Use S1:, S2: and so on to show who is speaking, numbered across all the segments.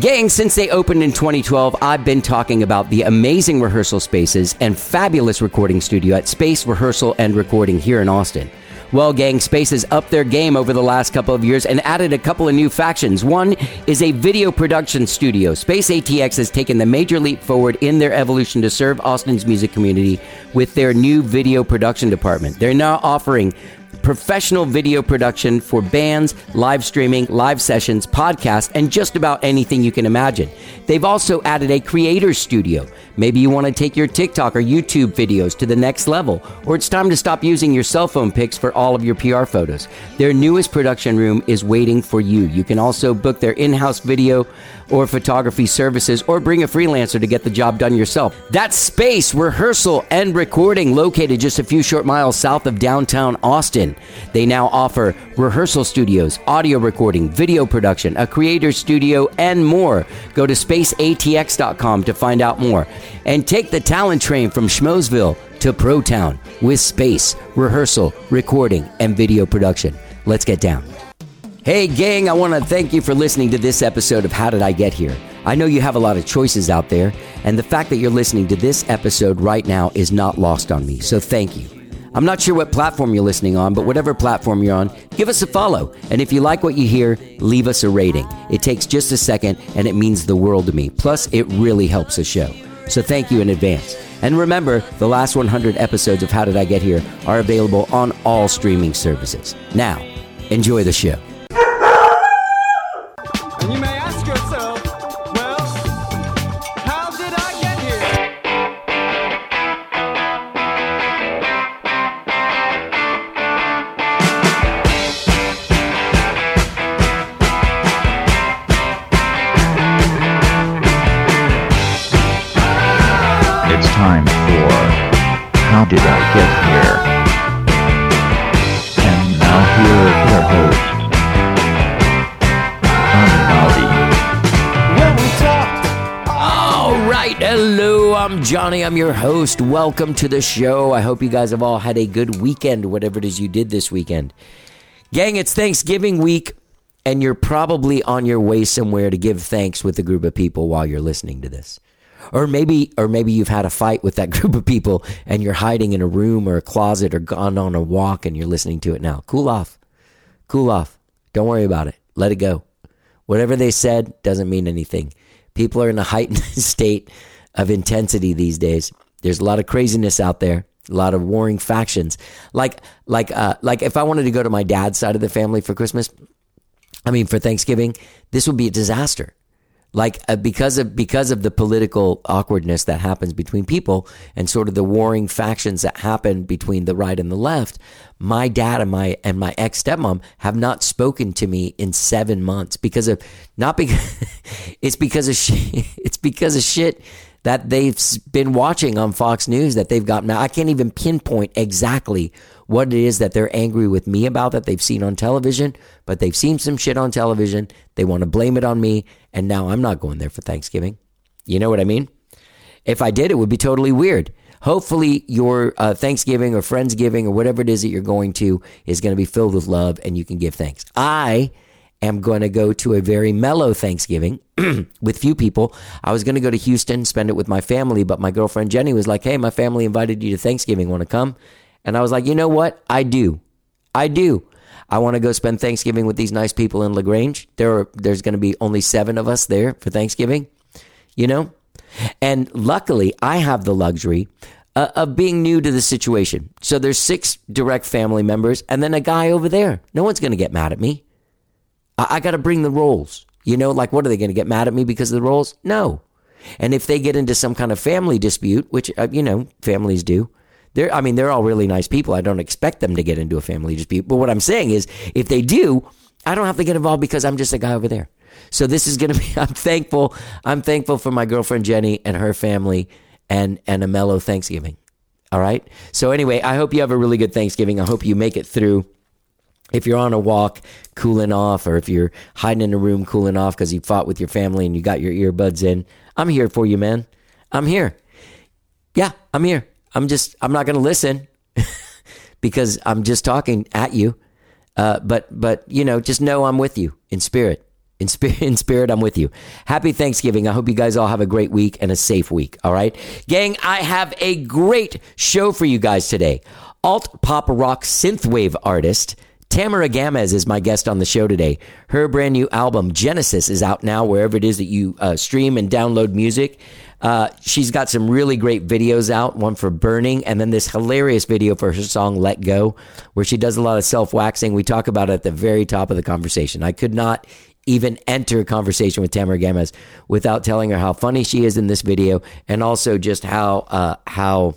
S1: Gang, since they opened in 2012, I've been talking about the amazing rehearsal spaces and fabulous recording studio at Space Rehearsal and Recording here in Austin. Well, gang, Space has upped their game over the last couple of years and added a couple of new factions. One is a video production studio. Space ATX has taken the major leap forward in their evolution to serve Austin's music community with their new video production department. They're now offering professional video production for bands, live streaming, live sessions, podcasts, and just about anything you can imagine. They've also added a creator studio. Maybe you want to take your TikTok or YouTube videos to the next level, or it's time to stop using your cell phone pics for all of your PR photos. Their newest production room is waiting for you. You can also book their in house video or photography services or bring a freelancer to get the job done yourself. That's Space Rehearsal and Recording, located just a few short miles south of downtown Austin. They now offer rehearsal studios, audio recording, video production, a creator studio, and more. Go to spaceatx.com to find out more. And take the talent train from Schmoesville to Pro Town with Space Rehearsal, Recording, and Video Production. Let's get down. Hey, gang, I want to thank you for listening to this episode of How Did I Get Here? I know you have a lot of choices out there, and the fact that you're listening to this episode right now is not lost on me, so thank you. I'm not sure what platform you're listening on, but whatever platform you're on, give us a follow. And if you like what you hear, leave us a rating. It takes just a second, and it means the world to me. Plus, it really helps the show. So thank you in advance. And remember, the last 100 episodes of How Did I Get Here are available on all streaming services. Now, enjoy the show.
S2: And you may ask yourself, well, how did I get here?
S3: It's time for How Did I Get Here? And now here is your host, Anunnaki.
S2: When we talked,
S1: All right, hello, I'm Johnny. I'm your host. Welcome to the show. I hope you guys have all had a good weekend, whatever it is you did this weekend. Gang, it's Thanksgiving week, and you're probably on your way somewhere to give thanks with a group of people while you're listening to this. Or maybe, or maybe you've had a fight with that group of people and you're hiding in a room or a closet or gone on a walk and you're listening to it now. Cool off. Cool off. Don't worry about it. Let it go. Whatever they said doesn't mean anything. People are in a heightened state of intensity these days. There's a lot of craziness out there, a lot of warring factions. Like like uh like if I wanted to go to my dad's side of the family for Christmas, I mean for Thanksgiving, this would be a disaster. Like uh, because of because of the political awkwardness that happens between people and sort of the warring factions that happen between the right and the left, my dad and my and my ex stepmom have not spoken to me in seven months because of not because it's because of shit, it's because of shit that they've s- been watching on Fox News that they've gotten. I can't even pinpoint exactly what it is that they're angry with me about that they've seen on television, but they've seen some shit on television. They want to blame it on me, and now I'm not going there for Thanksgiving. You know what I mean? If I did, it would be totally weird. Hopefully, your uh, Thanksgiving or Friendsgiving or whatever it is that you're going to is going to be filled with love and you can give thanks. I am going to go to a very mellow Thanksgiving with few people. I was going to go to Houston, spend it with my family, but my girlfriend Jenny was like, Hey, my family invited you to Thanksgiving. Want to come? And I was like, You know what? I do. I do. I want to go spend Thanksgiving with these nice people in LaGrange. There are, there's going to be only seven of us there for Thanksgiving you know? And luckily, I have the luxury uh, of being new to the situation. So there's six direct family members and then a guy over there. No one's going to get mad at me. I, I got to bring the roles. You know, like, what are they going to get mad at me because of the roles? No. And if they get into some kind of family dispute, which, uh, you know, families do, they're, I mean, they're all really nice people. I don't expect them to get into a family dispute. But what I'm saying is, if they do, I don't have to get involved because I'm just a guy over there. So this is going to be, I'm thankful. I'm thankful for my girlfriend Jenny and her family and, and a mellow Thanksgiving. All right. So anyway, I hope you have a really good Thanksgiving. I hope you make it through if you're on a walk cooling off or if you're hiding in a room cooling off because you fought with your family and you got your earbuds in i'm here for you man i'm here yeah i'm here i'm just i'm not gonna listen because i'm just talking at you uh, but but you know just know i'm with you in spirit In spirit, in spirit, I'm with you. Happy Thanksgiving. I hope you guys all have a great week and a safe week. All right. Gang, I have a great show for you guys today. Alt pop rock synthwave artist Tamara Gamez is my guest on the show today. Her brand new album, Genesis, is out now wherever it is that you uh, stream and download music. Uh, she's got some really great videos out, one for Burning, and then this hilarious video for her song Let Go, where she does a lot of self waxing. We talk about it at the very top of the conversation. I could not even enter a conversation with Tamara Gamez without telling her how funny she is in this video and also just how, uh, how,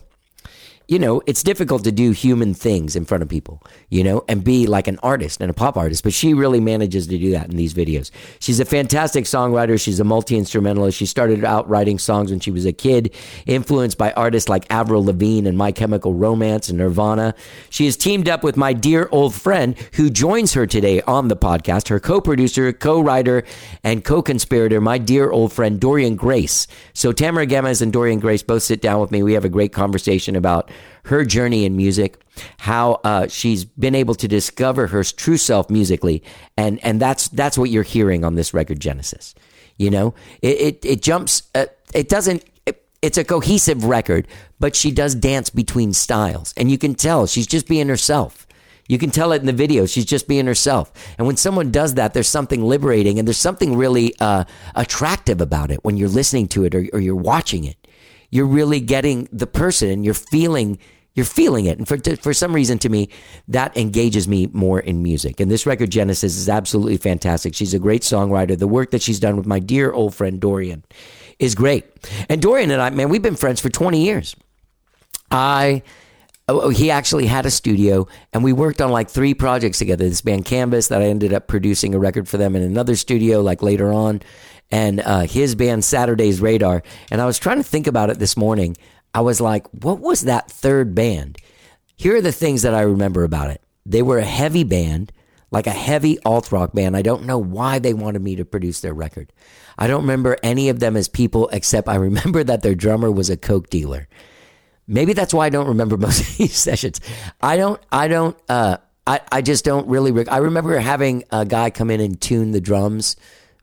S1: you know, it's difficult to do human things in front of people, you know, and be like an artist and a pop artist, but she really manages to do that in these videos. She's a fantastic songwriter. She's a multi instrumentalist. She started out writing songs when she was a kid, influenced by artists like Avril Lavigne and My Chemical Romance and Nirvana. She has teamed up with my dear old friend who joins her today on the podcast, her co producer, co writer, and co conspirator, my dear old friend Dorian Grace. So Tamara Gamez and Dorian Grace both sit down with me. We have a great conversation about her journey in music, how uh, she's been able to discover her true self musically, and and that's that's what you're hearing on this record Genesis. You know, it it, it jumps. Uh, it doesn't. It, it's a cohesive record, but she does dance between styles, and you can tell she's just being herself. You can tell it in the video. She's just being herself. And when someone does that, there's something liberating and there's something really uh, attractive about it when you're listening to it or, or you're watching it you're really getting the person and you're feeling you're feeling it and for for some reason to me that engages me more in music and this record genesis is absolutely fantastic she's a great songwriter the work that she's done with my dear old friend dorian is great and dorian and i man we've been friends for 20 years i oh, he actually had a studio and we worked on like three projects together this band canvas that i ended up producing a record for them in another studio like later on and uh, his band Saturday's Radar. And I was trying to think about it this morning. I was like, what was that third band? Here are the things that I remember about it. They were a heavy band, like a heavy alt rock band. I don't know why they wanted me to produce their record. I don't remember any of them as people, except I remember that their drummer was a Coke dealer. Maybe that's why I don't remember most of these sessions. I don't, I don't, uh, I, I just don't really. Rec- I remember having a guy come in and tune the drums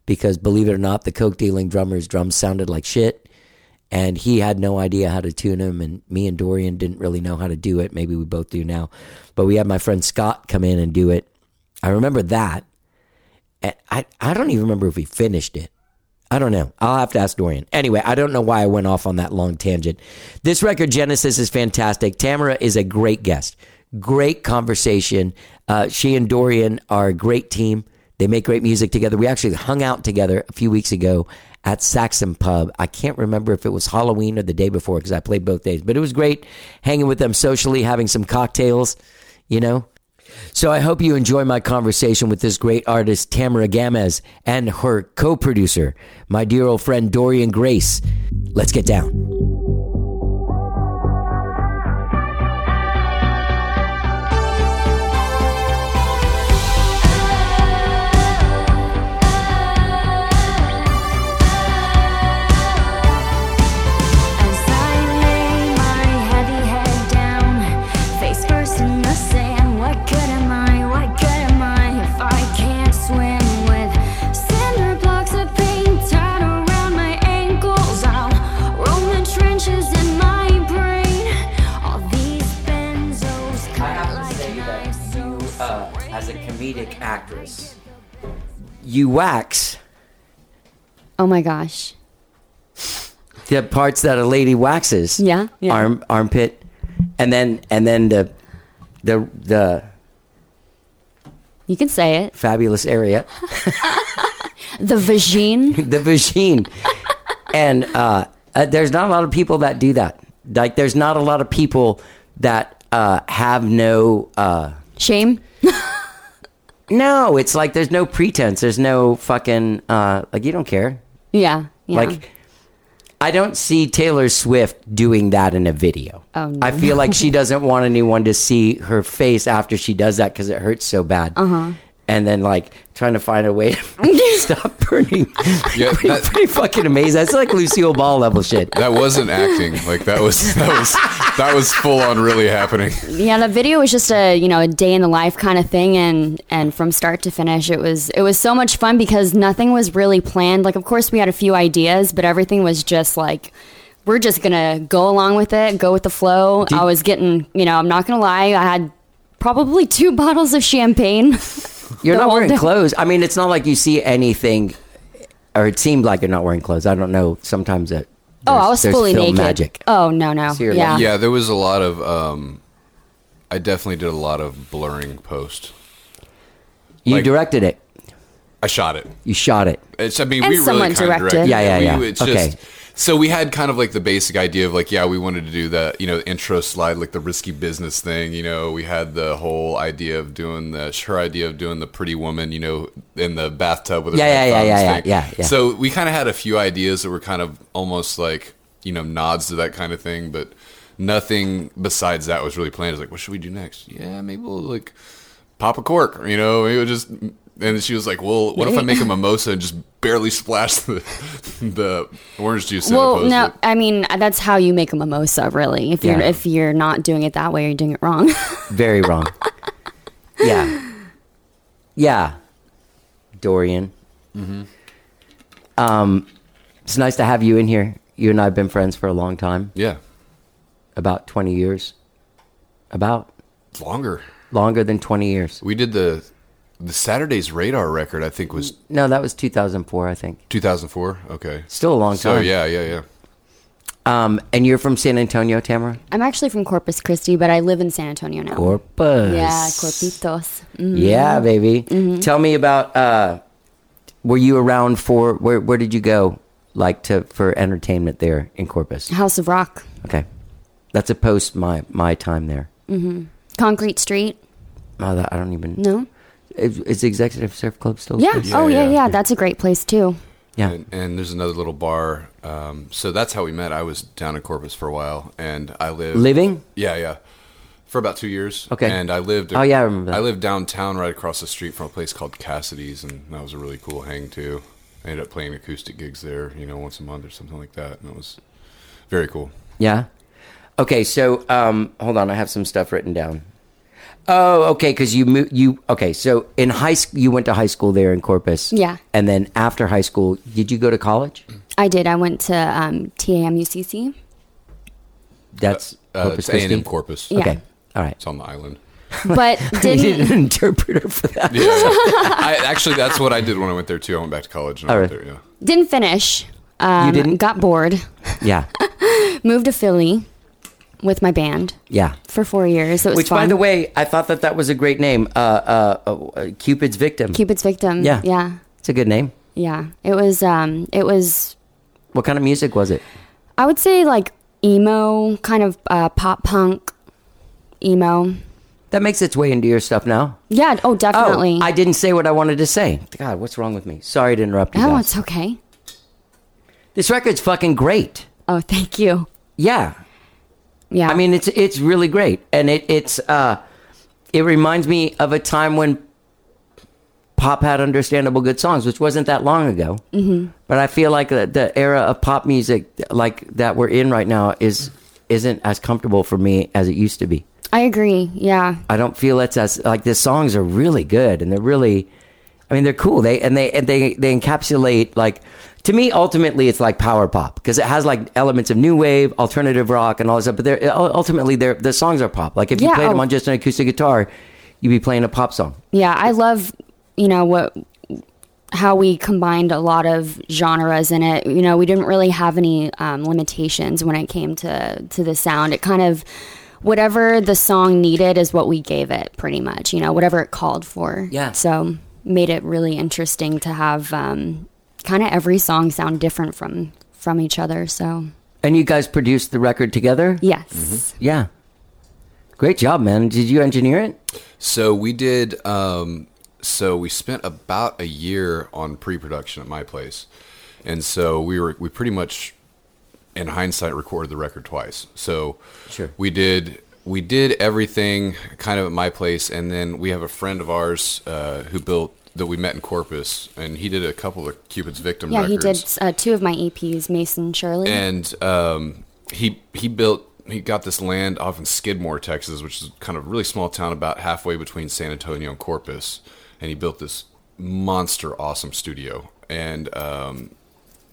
S1: because believe it or not, the coke dealing drummer's drums sounded like shit, and he had no idea how to tune them. And me and Dorian didn't really know how to do it. Maybe we both do now, but we had my friend Scott come in and do it. I remember that. And I I don't even remember if we finished it. I don't know. I'll have to ask Dorian. Anyway, I don't know why I went off on that long tangent. This record, Genesis, is fantastic. Tamara is a great guest. Great conversation. Uh, she and Dorian are a great team. They make great music together. We actually hung out together a few weeks ago at Saxon Pub. I can't remember if it was Halloween or the day before because I played both days, but it was great hanging with them socially, having some cocktails, you know. So I hope you enjoy my conversation with this great artist, Tamara Gamez, and her co producer, my dear old friend Dorian Grace. Let's get down.
S4: As I lay my heavy head down, face first in the sand, what good am I? What good am I if I can't swim with cinder blocks of paint tied around my ankles? I'll roam the trenches in my brain. All these benzos cut like knives.
S1: Uh, as a comedic actress, you wax
S5: Oh my gosh.
S1: the parts that a lady waxes.
S5: Yeah, yeah.
S1: Arm armpit, and then and then the the the
S5: You can say it.
S1: fabulous area,
S5: The vagine.
S1: the vagine, and uh, uh, there's not a lot of people that do that. Like there's not a lot of people that uh, have no uh,
S5: Shame.
S1: no. It's like there's no pretense. There's no fucking uh, like you don't care.
S5: Yeah. yeah.
S1: Like, I don't see Taylor Swift doing that in a video.
S5: Oh, no.
S1: I feel
S5: Uh-huh.
S1: like she doesn't want anyone to see her face after she does that because it hurts so bad. Uh huh. and then like trying to find a way to stop burning.
S6: Yeah,
S1: pretty,
S6: that-
S1: pretty fucking amazing. That's like Lucille Ball level shit.
S6: That wasn't acting. Like that was that was that was full on really happening.
S5: Yeah, the video was just a you know a day in the life kind of thing, and and from start to finish, it was it was so much fun because nothing was really planned. Like, of course, we had a few ideas, but everything was just like we're just gonna go along with it, go with the flow. I was getting, you know, I'm not gonna lie, I had probably two bottles of champagne.
S1: You're
S5: The
S1: not
S5: whole
S1: wearing
S5: day.
S1: clothes. I mean, it's not like you see anything, or it seemed like you're not wearing clothes. I don't know. Sometimes that.
S5: Oh,
S1: there's-
S5: I was
S1: there's
S5: fully
S1: film
S5: naked.
S1: Magic.
S5: Oh no no
S1: So you're
S5: yeah.
S1: like-
S6: Yeah, there was a lot of. um I definitely did a lot of blurring post.
S1: You
S6: Like-
S1: directed it.
S6: I shot it.
S1: You shot it.
S6: It's, I mean,
S5: And
S6: we really
S5: someone
S6: kind of
S5: directed.
S6: directed. it.
S1: Yeah, yeah,
S6: We-
S1: yeah.
S6: it's
S1: Okay.
S6: just so we had kind of like the basic idea of like, yeah, we wanted to do the you know intro slide, like the risky business thing. You know, we had the whole idea of doing the her idea of doing the pretty woman, you know, in the bathtub with her
S1: Yeah, yeah,
S6: red
S1: yeah,
S6: thumbs
S1: yeah,
S6: thing.
S1: yeah, yeah, yeah.
S6: So we kind of had a few ideas that were kind of almost like you know nods to that kind of thing, but nothing besides that was really planned. It's like, what should we do next? Yeah, maybe we'll like pop a cork, you know, it was just. And she was like, "Well, what if I make a mimosa and just barely splash the, the orange juice?" in
S5: Well,
S6: opposed
S5: no,
S6: to-
S5: I mean that's how you make a mimosa, really. If you're
S1: Yeah.
S5: if you're not doing it that way, you're doing it wrong.
S1: Very wrong. yeah. Yeah. Dorian. Um, it's nice to have you in here. You and I have been friends for a long time,
S6: yeah,
S1: about 20 years. About
S6: it's longer.
S1: longer than 20 years.
S6: We did the the Saturday's Radar record. I think was
S1: No, that was 2004, I think.
S6: 2004. Okay,
S1: Still a long time.
S6: so yeah, yeah, yeah.
S1: Um, and you're from San Antonio, Tamara?
S5: I'm actually from Corpus Christi, but I live in San Antonio now.
S1: Corpus.
S5: yeah, Mm-hmm. Corpitos. Mm.
S1: Yeah, baby. Tell me about uh were you around for where where did you go like to for entertainment there in Corpus?
S5: House of Rock,
S1: Okay. That's a post my my time there.
S5: Concrete Street.
S1: Oh, that, I don't even
S5: No.
S1: Is, is Executive Surf Club still?
S5: Yeah.
S1: exists?
S5: oh yeah,
S6: yeah.
S5: yeah, That's a great place too.
S1: Yeah.
S6: And, and there's another little bar. Um, so that's how we met. I was down in Corpus for a while, and I lived
S1: Living?
S6: Yeah, yeah. For about two years.
S1: Okay.
S6: And I lived.
S1: Oh, yeah, I remember that.
S6: I lived downtown, right across the street from a place called Cassidy's, and that was a really cool hang too. I ended up playing acoustic gigs there, you know, once a month or something like that, and it was very cool.
S1: Yeah. Okay, so um hold on, I have some stuff written down. Oh, okay, cuz you mo- you okay, so in high school you went to high school there in Corpus.
S5: Yeah.
S1: And then after high school, did you go to college?
S5: I did. I went to um, TAMUCC.
S1: That's
S6: Uh,
S1: Corpus
S6: it's A and M
S1: Christi?
S6: Corpus.
S5: Yeah.
S1: Okay. All right.
S6: It's on the island.
S5: but
S1: You need
S5: didn't.
S1: an interpreter for that.
S6: Yeah. I actually, that's what I did when I went there too. I went back to college and I
S1: All
S6: went
S1: right.
S6: there. Yeah.
S5: didn't finish. Um,
S1: didn't?
S5: Got bored.
S1: Yeah.
S5: Moved to Philly with my band
S1: Yeah.
S5: for four years. It was
S1: Which, by
S5: fun.
S1: the way, I thought that that was a great name. Uh, uh, uh, uh, Cupid's Victim.
S5: Cupid's Victim.
S1: Yeah.
S5: Yeah.
S1: It's a good name.
S5: Yeah. It was. Um. It was.
S1: What kind of music was it?
S5: I would say like emo, kind of uh, pop punk, emo.
S1: That makes its way into your stuff now.
S5: Yeah. Oh,
S1: Oh,
S5: definitely.
S1: I didn't say what I wanted to say. God, what's wrong with me? Sorry to interrupt you.
S5: oh,
S1: guys.
S5: it's okay.
S1: This record's fucking great.
S5: Oh, thank you.
S1: Yeah.
S5: Yeah.
S1: I mean, it's it's really great, and it it's uh, it reminds me of a time when pop had understandable good songs, which wasn't that long ago. Mm-hmm. But I feel like the, the era of pop music, like that we're in right now, is isn't as comfortable for me as it used to be.
S5: I agree. Yeah.
S1: I don't feel it's as like the songs are really good and they're really I mean they're cool. They and they and they they encapsulate like to me ultimately it's like power pop because it has like elements of new wave, alternative rock and all this stuff, but they're ul- ultimately they're the songs are pop. Like if you
S5: Yeah,
S1: played them
S5: oh.
S1: on just an acoustic guitar, you'd be playing a pop song.
S5: Yeah. I love, you know, what, how we combined a lot of genres in it. You know, we didn't really have any um, limitations when it came to, to the sound. It kind of, whatever the song needed is what we gave it pretty much, you know, whatever it called for.
S1: Yeah.
S5: So made it really interesting to have um, kind of every song sound different from, from each other. So
S1: And you guys produced the record together?
S5: yes.
S7: Mm-hmm.
S1: Yeah. Great job, man. Did you engineer it?
S6: So we did. Um, so we spent about a year on pre-production at my place, and so we were we pretty much, in hindsight, recorded the record twice. So
S1: Sure.
S6: we did. we did everything kind of at my place, and then we have a friend of ours uh, who built that we met in Corpus, and he did a couple of Cupid's Victim.
S5: Yeah,
S6: records.
S5: he did uh, two of my EPs, Mason Shirley.
S6: and um, he he built he got this land off in Skidmore, Texas, which is kind of a really small town about halfway between San Antonio and Corpus, and he built this monster awesome studio and um,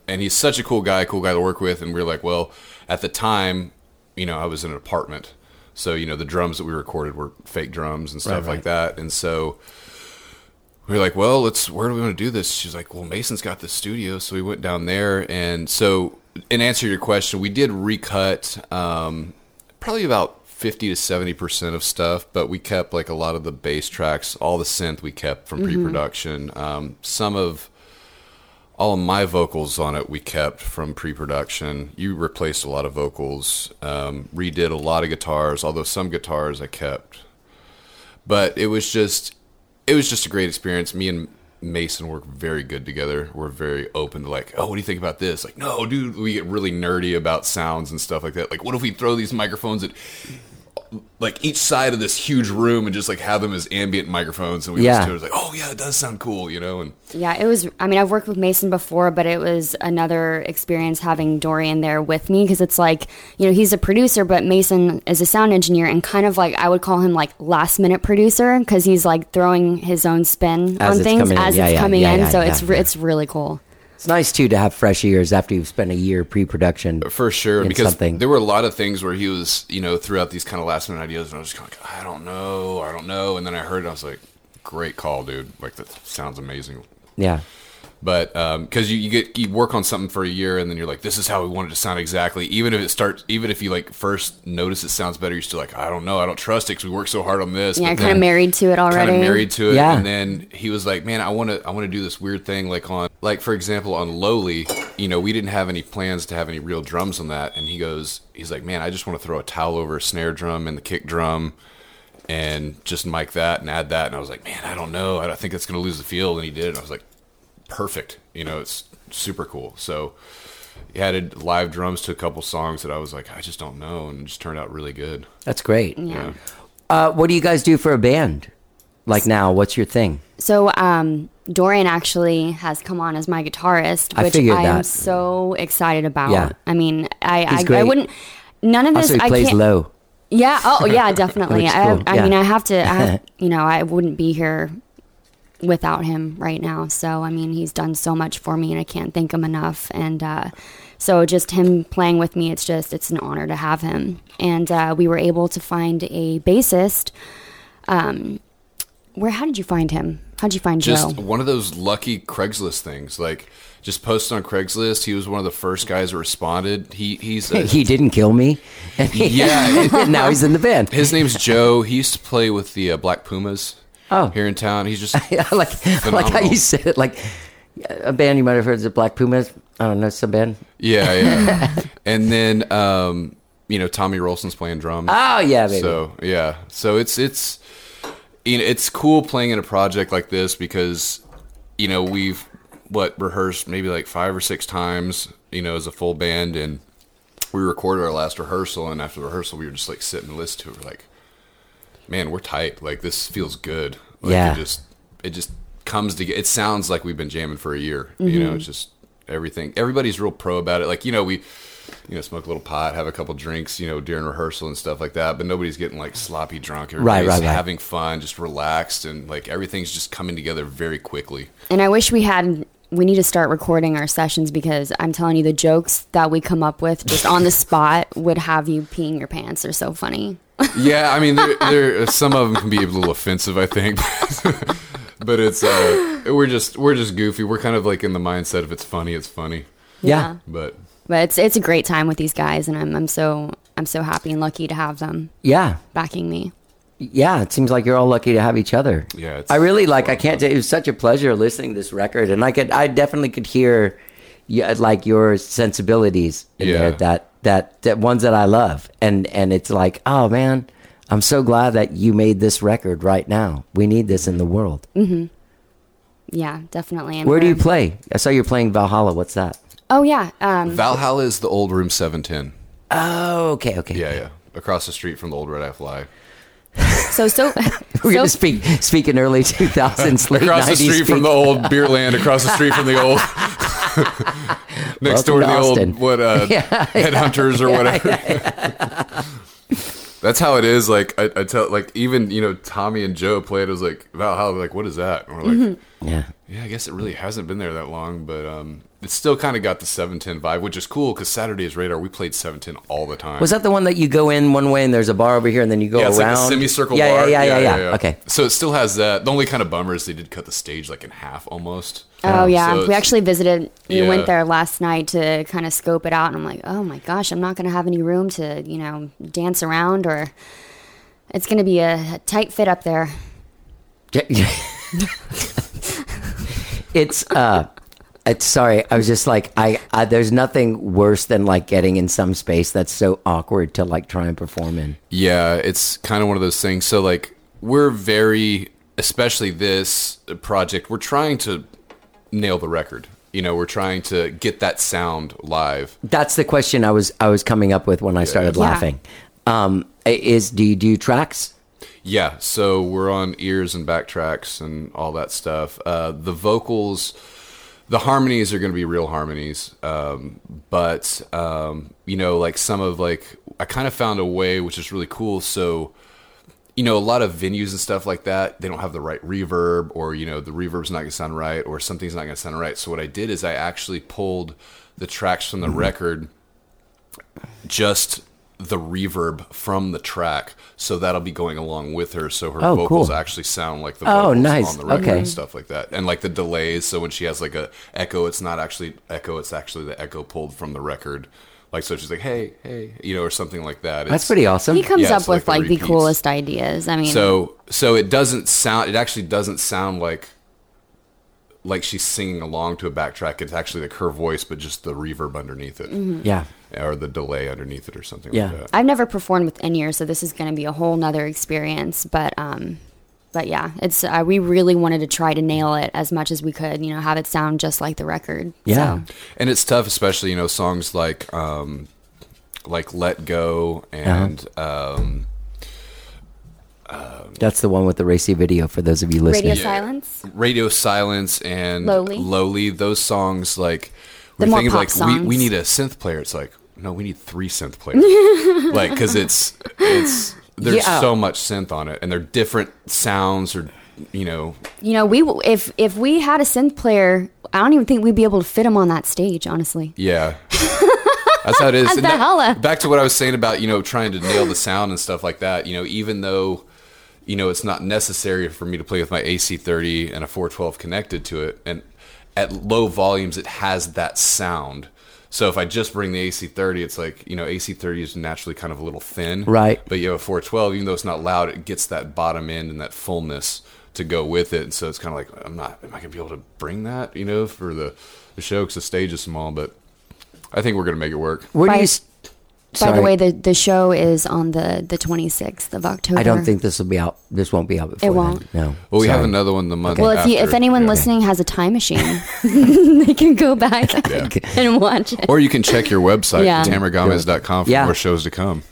S6: and he's such a cool guy, cool guy to work with, and we were like, well, at the time, you know, I was in an apartment, so you know the drums that we recorded were fake drums and stuff like that, and so. We were like, well, let's. Where do we want to do this? She's like, well, Mason's got the studio, so we went down there, and so in answer to your question, we did recut um, probably about fifty to seventy percent of stuff, but we kept like a lot of the bass tracks, all the synth we kept from pre-production, um, some of all of my vocals on it we kept from pre-production. You replaced a lot of vocals, um, redid a lot of guitars, although some guitars I kept but it was just it was just a great experience me and mason work very good together we're very open to like oh what do you think about this like no dude we get really nerdy about sounds and stuff like that like what if we throw these microphones at like each side of this huge room and just like have them as ambient microphones and we
S1: Yeah.
S6: listen to it it's like oh yeah it does sound cool you know and
S5: yeah, it was. I mean, I've worked with Mason before, but it was another experience having Dorian there with me because it's like, you know, he's a producer, but Mason is a sound engineer and kind of like I would call him like last minute producer because he's like throwing his own spin
S1: As
S5: on
S1: it's
S5: things
S1: coming in.
S5: as
S1: Yeah,
S5: it's
S1: yeah,
S5: coming
S1: yeah,
S5: in.
S1: yeah,
S5: so
S1: yeah,
S5: it's re-
S1: yeah.
S5: it's really cool.
S1: It's nice too to have fresh ears after you've spent a year pre-production.
S6: for sure
S1: in
S6: because
S1: something.
S6: there were a lot of things where he was you know threw out these kind of last minute ideas and i was just kind of like i don't know i don't know and then i heard it i was like great call dude like that sounds amazing
S1: yeah,
S6: but because you, you get you work on something for a year and then you're like this is how we want it to sound exactly even if it starts even if you like first notice it sounds better you're still like i don't know i don't trust it because we worked so hard on this
S5: Yeah, kind
S6: but
S5: of
S6: then-
S5: married to it already.
S6: kind of married to it
S1: Yeah.
S6: and then he was like man i want to i want to do this weird thing like on like for example on lowly you know we didn't have any plans to have any real drums on that and he goes he's like man i just want to throw a towel over a snare drum and the kick drum and just mic that and add that and i was like man i don't know i don't think it's going to lose the feel and he did and i was like perfect you know it's super cool so he added live drums to a couple songs that i was like i just don't know and it just turned out really good
S1: that's great.
S6: yeah
S1: Uh, what do you guys do for a band? Like now, what's your thing?
S5: So um, Dorian actually has come on as my guitarist,
S1: I
S5: which
S1: figured
S5: I am
S1: that.
S5: so excited about.
S1: Yeah.
S5: I mean, I I, I
S1: great.
S5: wouldn't. None of this.
S1: Also, he
S5: I
S1: plays
S5: can't,
S1: low.
S5: Yeah. Oh, yeah. Definitely.
S1: Which is
S5: I,
S1: cool,
S5: I
S1: yeah.
S5: mean, I have to. I have, you know, I wouldn't be here without him right now. So I mean, he's done so much for me, and I can't thank him enough. And uh, so, just him playing with me, it's just it's an honor to have him. And uh, we were able to find a bassist. Um, where? How did you find him? How'd you find
S6: just
S5: Joe?
S6: one of those lucky Craigslist things. Like just posted on Craigslist. He was one of the first guys that responded. He he's a,
S1: He didn't kill me.
S6: yeah. it-
S1: now he's in the band.
S6: his name's Joe. He used to play with the uh, Black Pumas.
S1: Oh.
S6: here in town. He's just
S1: Yeah, like I like how
S6: Phenomenal.
S1: you said it. Like a band you might have heard is Black Pumas. I don't know some band.
S6: yeah yeah. and then um, you know Tommy Rolson's playing drums.
S1: Oh yeah, baby.
S6: So yeah, so it's it's you know it's cool playing in a project like this because you know we've what rehearsed maybe like five or six times you know as a full band and we recorded our last rehearsal and after the rehearsal we were just like sitting and listening to it we're like man we're tight like this feels good like
S1: Yeah.
S6: it just it just comes together it sounds like we've been jamming for a year you
S1: Mm-hmm.
S6: know it's just everything everybody's real pro about it like you know we you know, smoke a little pot, have a couple drinks, you know, during rehearsal and stuff like that. But nobody's getting like sloppy drunk. Everybody's
S1: right, right.
S6: having fun, just relaxed, and like everything's just coming together very quickly.
S5: And I wish we had. We need to start recording our sessions because I'm telling you, the jokes that we come up with just on the spot would have you peeing your pants. They're so funny.
S6: Yeah, I mean, there, there some of them can be a little offensive, I think, but it's uh, we're just we're just goofy. We're kind of like in the mindset of it's funny, it's funny,
S1: yeah.
S6: but.
S5: But it's it's a great time with these guys, and I'm I'm so I'm so happy and lucky to have them
S1: yeah.
S5: backing me.
S1: yeah, it seems like you're all lucky to have each other.
S6: Yeah, it's-
S1: I really like. I can't. It was such a pleasure listening to this record, and I could. I definitely could hear, yeah, like your sensibilities in
S6: Yeah.
S1: there. That that that ones that I love, and and it's like, oh man, I'm so glad that you made this record right now. We need this in the world.
S5: Yeah, definitely. And
S1: Where do you
S5: we're-
S1: play? I saw you're playing Valhalla. What's that?
S5: Oh yeah, um,
S6: Valhalla is the old room 710.
S1: Oh, okay, okay.
S6: Yeah, yeah. across the street from the old Red Eye Fly.
S5: So so
S1: We're
S5: so
S1: going to speak speak in early 2000s, late
S6: Across
S1: 90s.
S6: the street from the old beer land, across the street from the old next
S1: Welcome
S6: door to
S1: to
S6: the
S1: Austin.
S6: old what uh headhunters or whatever. That's how it is. Like I, I tell like even, you know, Tommy and Joe played, I was like, Valhalla, like, what is that? And we're like,
S1: Mm-hmm. yeah.
S6: Yeah, I guess it really hasn't been there that long, but um it's still kind of got the 710 vibe, which is cool because Saturday is radar. We played 710 all the time.
S1: Was that the one that you go in one way and there's a bar over here and then you go
S6: yeah, it's
S1: around?
S6: like a semicircle
S1: yeah,
S6: bar.
S1: Yeah, yeah, yeah, yeah, Okay.
S6: So it still has that. The only kind of bummer is they did cut the stage like in half almost.
S1: Um,
S5: Oh yeah,
S6: So
S5: we
S6: it's-
S5: actually visited. We
S6: Yeah.
S5: went there last night to kind of scope it out, and I'm like, oh my gosh, I'm not gonna have any room to you know dance around, or it's gonna be a, a tight fit up there.
S1: it's uh it's sorry i was just like I, I there's nothing worse than like getting in some space that's so awkward to like try and perform in
S6: Yeah, it's kind of one of those things. So like we're very, especially this project, we're trying to nail the record. You know, we're trying to get that sound live.
S1: that's the question i was i was coming up with when i started
S5: Yeah.
S1: laughing um is do you do tracks
S6: Yeah, so we're on ears and backtracks and all that stuff. Uh, the vocals, the harmonies are going to be real harmonies, um, but um, you know, like some of like I kind of found a way which is really cool. So you know, a lot of venues and stuff like that, they don't have the right reverb, or you know, the reverb's not going to sound right, or something's not going to sound right. So what I did is I actually pulled the tracks from the
S1: Mm-hmm.
S6: record just the reverb from the track so that'll be going along with her so her
S1: Oh,
S6: vocals
S1: cool.
S6: actually sound like the
S1: Oh,
S6: vocals
S1: nice.
S6: on the record
S1: Okay.
S6: and stuff like that and like the delays so when she has like a echo it's not actually echo it's actually the echo pulled from the record like so she's like hey hey you know or something like that
S1: that's
S6: It's-
S1: pretty awesome
S5: He comes
S6: Yeah,
S5: up
S6: it's like
S5: with
S6: the
S5: like the
S6: repeats.
S5: coolest ideas. I mean,
S6: so so it doesn't sound it actually doesn't sound like like she's singing along to a backtrack it's actually like her voice but just the reverb underneath it
S1: yeah
S6: or the delay underneath it or something
S1: Mm-hmm. Yeah.
S6: like that
S5: I've never performed with in ear, so this is gonna be a whole nother experience. But um, but yeah, it's uh, we really wanted to try to nail it as much as we could. You know, have it sound just like the record.
S1: Yeah.
S5: So,
S6: and it's tough especially you know songs like um like let go
S1: Uh-huh.
S6: and um
S1: that's the one with the racy video for those of you listening
S5: radio silence.
S6: radio silence and
S5: Lowly.
S6: lowly those songs like we're
S5: The more
S6: thinking
S5: pop
S6: like we we
S5: songs.
S6: need a synth player it's like no we need three synth players like because it's it's there's
S1: Yeah.
S6: so much synth on it and they're different sounds or you know
S5: You know, we w- if if we had a synth player, I don't even think we'd be able to fit him on that stage. Honestly,
S6: Yeah. That's how it is. And that-
S5: hella.
S6: back to what I was saying about, you know, trying to nail the sound and stuff like that, you know, even though, you know, it's not necessary for me to play with my AC30 and a 412 connected to it, and at low volumes, it has that sound. So if I just bring the AC30, it's like, you know, AC30 is naturally kind of a little thin.
S1: Right.
S6: But you have a 412, even though it's not loud, it gets that bottom end and that fullness to go with it. And so it's kind of like, I'm not, am I going to be able to bring that, you know, for the, the show because the stage is small, but I think we're going to make it work.
S1: where do
S5: By-
S1: you s-
S5: by
S1: Sorry.
S5: the way, the the show is on the the twenty sixth of October.
S1: i don't think this will be out this won't be out before then.
S5: won't.
S1: no
S6: Well, we have
S1: Sorry.
S6: another one the month.
S5: Well, if you, if
S6: after.
S5: anyone
S6: Yeah.
S5: listening has a time machine, they can go back and watch it.
S6: Or you can check your website,
S5: Yeah.
S6: yeah. tamargomez.com, for
S1: Yeah.
S6: more shows to come.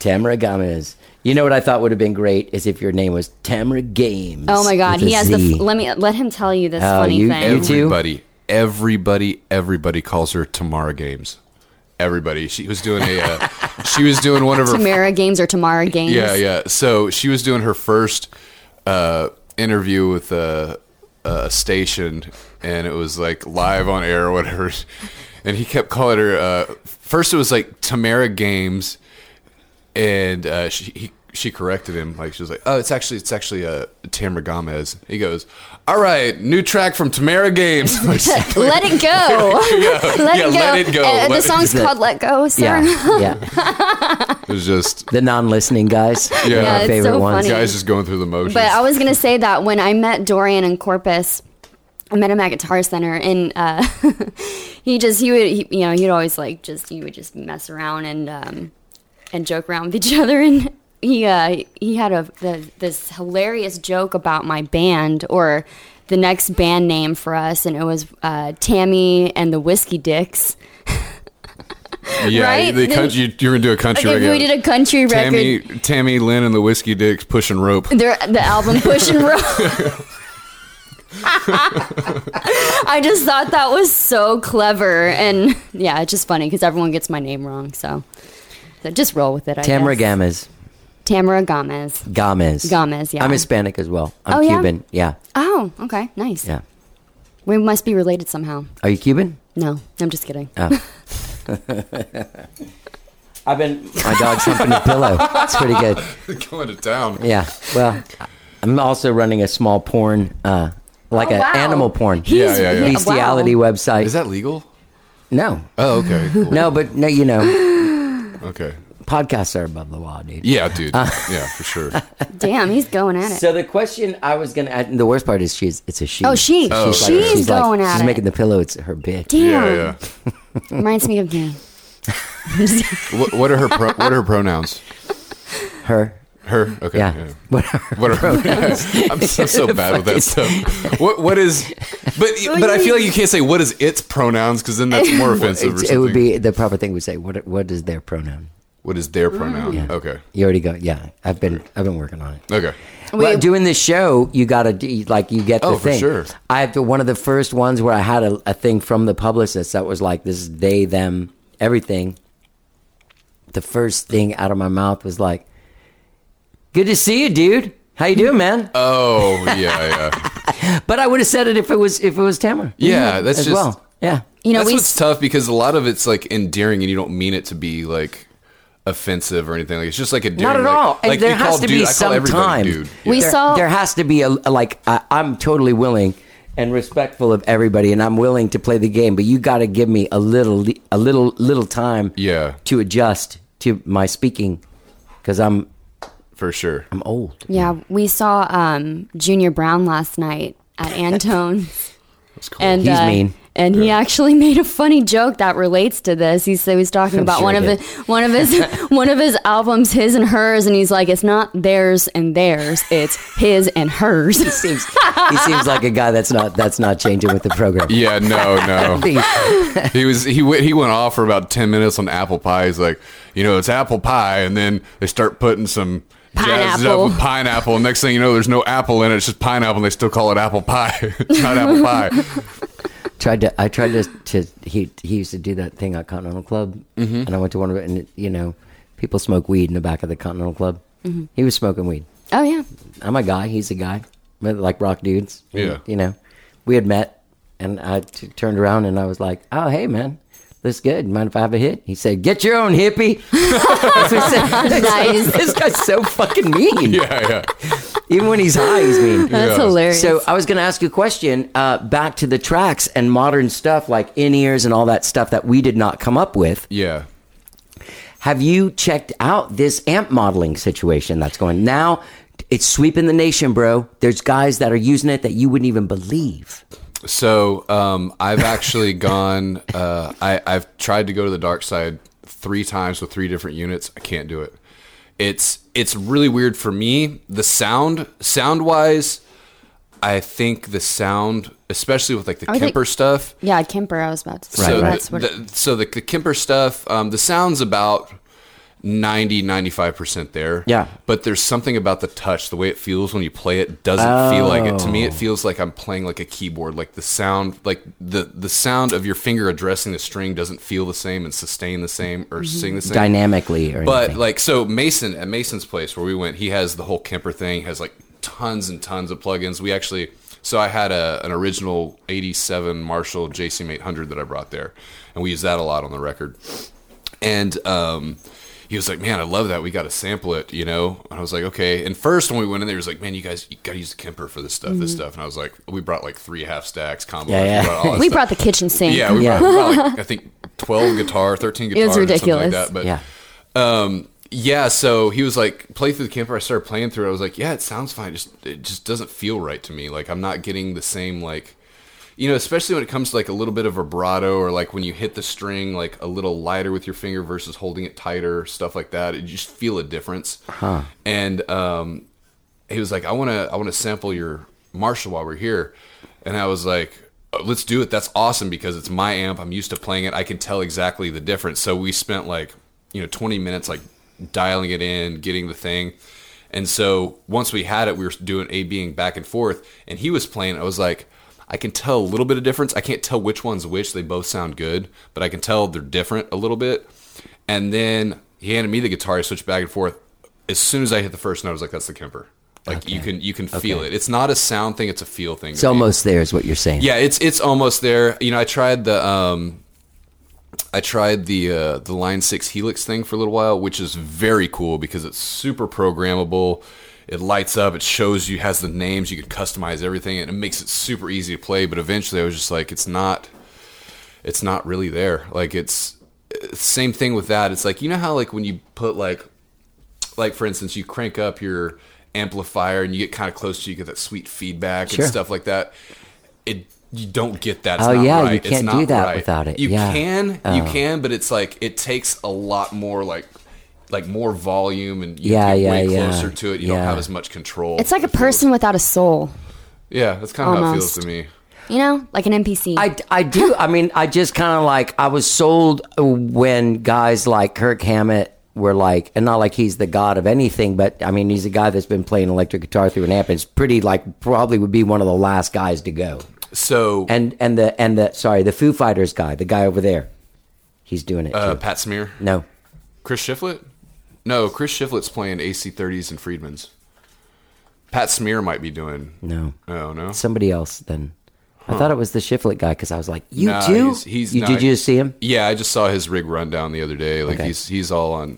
S1: Tamara Gomez. You know what I thought would have been great is if your name was Tamara Games.
S5: Oh my God,
S1: with
S5: he
S1: a
S5: has the.
S1: Z.
S5: F- let me let him tell you this
S1: Oh,
S5: funny
S1: you-
S5: thing.
S1: you too.
S6: Everybody, everybody, everybody calls her Tamara Games. Everybody. She was doing a, uh, she was doing one of her
S5: Tamara Games or Tamara Games.
S6: Yeah, yeah. So she was doing her first uh, interview with a, a station, and it was like live on air or whatever. And he kept calling her. Uh, first, it was like Tamara Games, and uh, she he, she corrected him. Like she was like, "Oh, it's actually it's actually uh, Tamara Gomez." He goes, "All right, new track from Tamara Games."
S5: Let it go. let,
S6: Yeah,
S5: it go.
S6: let it go.
S5: Uh, the
S6: Let it-
S5: song's
S1: Let-
S5: called "Let Go," sir.
S1: Yeah, yeah.
S6: it was just
S1: The non-listening guys.
S6: Yeah,
S1: Our
S6: it's
S1: favorite
S5: so
S1: ones.
S5: funny.
S6: guys just going through the motions.
S5: But I was gonna say that when I met Dorian in Corpus, I met him at Guitar Center, and uh, he just he would he, you know he'd always like just he would just mess around and um, and joke around with each other, and he uh, he had a the, this hilarious joke about my band or the next band name for us, and it was uh, Tammy and the Whiskey Dicks.
S6: Yeah,
S5: Right?
S6: the
S5: They-
S6: country, you're gonna do a country
S5: Like if
S6: record.
S5: we did a country
S6: Tammy,
S5: record,
S6: Tammy Lynn and the Whiskey Dicks pushing rope.
S5: their, the album Push and Roll. I just thought that was so clever, and yeah, it's just funny because everyone gets my name wrong, so, so just roll with it. I
S1: Tamara
S5: guess.
S1: Gomez.
S5: Tamara Gomez.
S1: Gomez.
S5: Gomez, yeah.
S1: I'm Hispanic as well. I'm
S5: Oh, yeah?
S1: Cuban. Yeah.
S5: Oh, okay, nice.
S1: Yeah.
S5: We must be related somehow.
S1: Are you Cuban?
S5: No, I'm just kidding.
S1: Uh, I've been my dog jumping the pillow. It's pretty good.
S6: Going to town.
S1: Yeah. Well, I'm also running a small porn, uh, like
S5: Oh,
S1: an
S5: wow.
S1: animal porn
S5: He's-
S6: yeah, yeah.
S5: he-
S1: bestiality
S5: wow.
S1: website.
S6: Is that legal?
S1: no,
S6: Oh, okay. Cool.
S1: no, but no, you know,
S6: Okay.
S1: podcasts are above the law, dude. Uh,
S6: Yeah, dude. yeah, for sure.
S5: Damn, he's going at it.
S1: So the question I was gonna, and the worst part is she's it's a she.
S5: Oh, she.
S1: So
S5: She's going
S1: she's
S5: at it.
S1: making the pillow. It's her bitch.
S5: Damn,
S6: Yeah, yeah.
S5: reminds me of me.
S6: What, what are her pro- What are her pronouns?
S1: Her.
S6: Her. Okay.
S1: Yeah.
S6: yeah.
S1: Whatever.
S6: What are I'm so, so bad with that stuff. What what is? But but I feel like you can't say what is its pronouns because then that's more offensive. or
S1: It's-
S6: something.
S1: it would be the proper thing we say. What what is their pronoun?
S6: what is their pronoun? Okay.
S1: You already go. Yeah, I've been I've been working on it.
S6: Okay.
S1: well, doing this show, you gotta do, like you get the
S6: Oh, for
S1: thing.
S6: sure.
S1: I have to, one of the first ones where I had a, a thing from the publicist that was like this is they them everything. The first thing out of my mouth was like, "Good to see you, dude. How you doing, man?"
S6: Oh yeah yeah
S1: but I would have said it if it was if it was Tamara.
S6: yeah. That's
S1: as
S6: just
S1: well. Yeah.
S5: You know,
S6: that's
S5: we
S6: what's tough because a lot of it's like endearing and you don't mean it to be like offensive or anything. Like it's just like endearing.
S1: Not at
S6: like-
S1: all. And
S6: like,
S1: there
S6: you
S1: has
S6: call
S1: to
S6: dude-
S1: be
S6: I call
S1: some
S6: everybody
S1: time.
S6: Dude.
S5: We
S1: there,
S5: saw-
S1: there has to be a like I, I'm totally willing and respectful of everybody, and I'm willing to play the game. But you got to give me a little a little little time,
S6: Yeah.
S1: to adjust to my speaking because I'm
S6: for sure.
S1: I'm old.
S5: yeah we saw um, Junior Brown last night at Antone's.
S6: That's cool.
S5: and
S1: He's
S5: uh,
S1: mean.
S5: And he actually made a funny joke that relates to this. He said he was talking about
S1: sure
S5: one
S1: he
S5: of
S1: did.
S5: his, one of his one of his albums, his and hers, and he's like, "It's not theirs and theirs, it's his and hers."
S1: He seems, he seems like a guy that's not that's not changing with the program.
S6: yeah, no, no.
S1: He's-
S6: He was he went he went off for about ten minutes on apple pie. He's like, you know, it's apple pie, and then they start putting some jazzed
S5: Pineapple.
S6: up with pineapple. Next thing you know, there's no apple in it; it's just pineapple, and they still call it apple pie, It's not apple pie.
S1: tried to I tried to, to he he used to do that thing at Continental Club,
S6: Mm-hmm.
S1: and I went to one of it, and you know, people smoke weed in the back of the Continental Club. He was smoking weed.
S5: oh yeah,
S1: I'm a guy. He's a guy. We're Like rock dudes.
S6: Yeah.
S1: You know, we had met, and I t- turned around and I was like, "Oh, hey, man, this good. Mind if I have a hit?" He said, "Get your own hippie." That's what he said.
S5: Nice.
S1: this guy's so fucking mean.
S6: Yeah, yeah.
S1: Even when he's high, he's mean.
S5: that's
S6: Yeah.
S5: hilarious.
S1: So I was going to ask you a question uh, back to the tracks and modern stuff like in ears and all that stuff that we did not come up with.
S6: Yeah.
S1: Have you checked out this amp modeling situation that's going now? It's sweeping the nation, bro. There's guys that are using it that you wouldn't even believe.
S6: So um, I've actually gone. Uh, I, I've tried to go to the dark side three times with three different units. I can't do it. It's it's really weird for me. The sound sound wise, I think the sound, especially with like the
S5: I think-
S6: Kemper stuff.
S5: yeah, Kemper. I was about to say
S6: so
S1: right.
S5: that's
S6: the,
S5: what.
S6: the, so the, the Kemper stuff, um, the sound's about 90, 95% there.
S1: Yeah.
S6: But there's something about the touch, the way it feels when you play it doesn't feel like it. To me, it
S1: Oh.
S6: feels like I'm playing like a keyboard. Like the sound, like the, the sound of your finger addressing the string doesn't feel the same and sustain the same or sing the same.
S1: Dynamically or
S6: But
S1: anything.
S6: like so Mason at Mason's place where we went, he has the whole Kemper thing, has like tons and tons of plugins. We actually so I had a, an original 87 Marshall JCM800 that I brought there and we used that a lot on the record. And um he was like, "Man, I love that. We got to sample it, you know." And I was like, "Okay." And first, when we went in there, he was like, "Man, you guys, you got to use the Kemper for this stuff, this stuff." And I was like, "We brought like three half stacks combos.
S1: Yeah, yeah.
S6: We brought all that
S5: we
S6: stuff.
S5: brought the kitchen sink.
S6: Yeah, we
S1: Yeah.
S6: Brought, we brought, like, I think twelve guitar, thirteen guitars,
S5: was
S6: or something
S5: ridiculous.
S6: like that. But
S1: yeah.
S6: um, yeah, so he was like, play through the camper. I started playing through it. I was like, yeah, it sounds fine. Just it just doesn't feel right to me. Like I'm not getting the same like, you know, especially when it comes to like a little bit of vibrato or like when you hit the string like a little lighter with your finger versus holding it tighter, stuff like that. You just feel a difference. And um, he was like, I want to, I want to sample your Marshall while we're here, and I was like, "Oh, let's do it. That's awesome because it's my amp. I'm used to playing it. I can tell exactly the difference. So we spent like, you know, 20 minutes like dialing it in, getting the thing. And so once we had it, we were doing A Bing back and forth. And he was playing. I was like, I can tell a little bit of difference. I can't tell which one's which. They both sound good, but I can tell they're different a little bit. And then he handed me the guitar. I switched back and forth. As soon as I hit the first note, I was like, "That's the Kemper." Like you can you can feel it. It's not a sound thing; it's a feel thing.
S1: It's almost there, is what you're saying.
S6: yeah. It's it's almost there. You know, I tried the um, I tried the uh, the Line Six Helix thing for a little while, which is very cool because it's super programmable. It lights up. It shows you has the names. You can customize everything, and it makes it super easy to play. But eventually, I was just like, it's not it's not really there. Like it's it's same thing with that. It's like you know how like when you put like like for instance you crank up your amplifier and you get kind of close to you get that sweet feedback
S1: Sure.
S6: and stuff like that. It you don't get that. It's
S1: Oh,
S6: not
S1: yeah, you
S6: right. It's
S1: can't
S6: not
S1: do that
S6: right.
S1: without it.
S6: You
S1: Yeah.
S6: can, you
S1: Oh.
S6: can, but it's like it takes a lot more like like more volume and you
S1: Yeah,
S6: yeah, get
S1: yeah,
S6: way
S1: yeah.
S6: closer to it. You
S1: Yeah.
S6: don't have as much control.
S5: It's like a
S6: It feels-
S5: person without a soul,
S6: Yeah, that's kind of how it feels
S5: Almost.
S6: to me.
S5: you know, like an NPC.
S1: I, I do. I mean, I just kind of like, I was sold when guys like Kirk Hammett were like, and not like he's the god of anything, but I mean, he's a guy that's been playing electric guitar through an amp. It's pretty like, probably would be one of the last guys to go.
S6: So
S1: And, and the, and the, sorry, the Foo Fighters guy, the guy over there, he's doing it.
S6: uh,
S1: too.
S6: Pat Smear.
S1: No.
S6: Chris Shiflett? No, Chris Shiflett's playing AC30s and Freedmans. Pat Smear might be doing.
S1: No.
S6: Oh, no.
S1: Somebody else then. I thought it was the Shiflet guy because I was like, you
S6: Nah,
S1: too?
S6: he's- he's
S1: you,
S6: not-
S1: did you see him?
S6: Yeah, I just saw his rig rundown the other day. Like
S1: Okay.
S6: he's he's all on.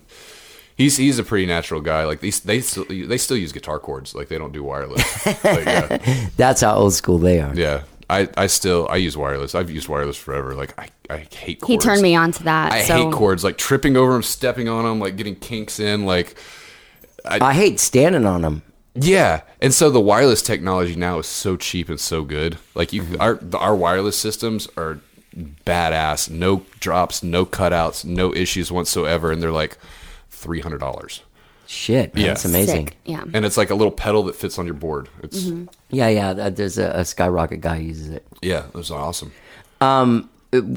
S6: He's he's a pretty natural guy. Like these they still, they still use guitar cords. Like they don't do wireless. Like, yeah,
S1: That's how old school they are.
S6: yeah. I, I still I use wireless. I've used wireless forever. Like I, I hate. Cords.
S5: he turned me on to that.
S6: I
S5: so
S6: hate cords. Like tripping over them, stepping on them, like getting kinks in. Like
S1: I hate standing on them.
S6: Yeah, and so the wireless technology now is so cheap and so good. Like you,
S1: Mm-hmm.
S6: our the- our wireless systems are badass. No drops, no cutouts, no issues whatsoever, and they're like three hundred dollars.
S1: Shit, man,
S6: Yeah.
S1: that's amazing.
S5: sick. Yeah. Mm-hmm.
S6: And it's like a little pedal that fits on your board. It's
S1: Yeah, yeah. that- There's a, a skyrocket guy who uses it. Uh,
S6: yeah, it was awesome.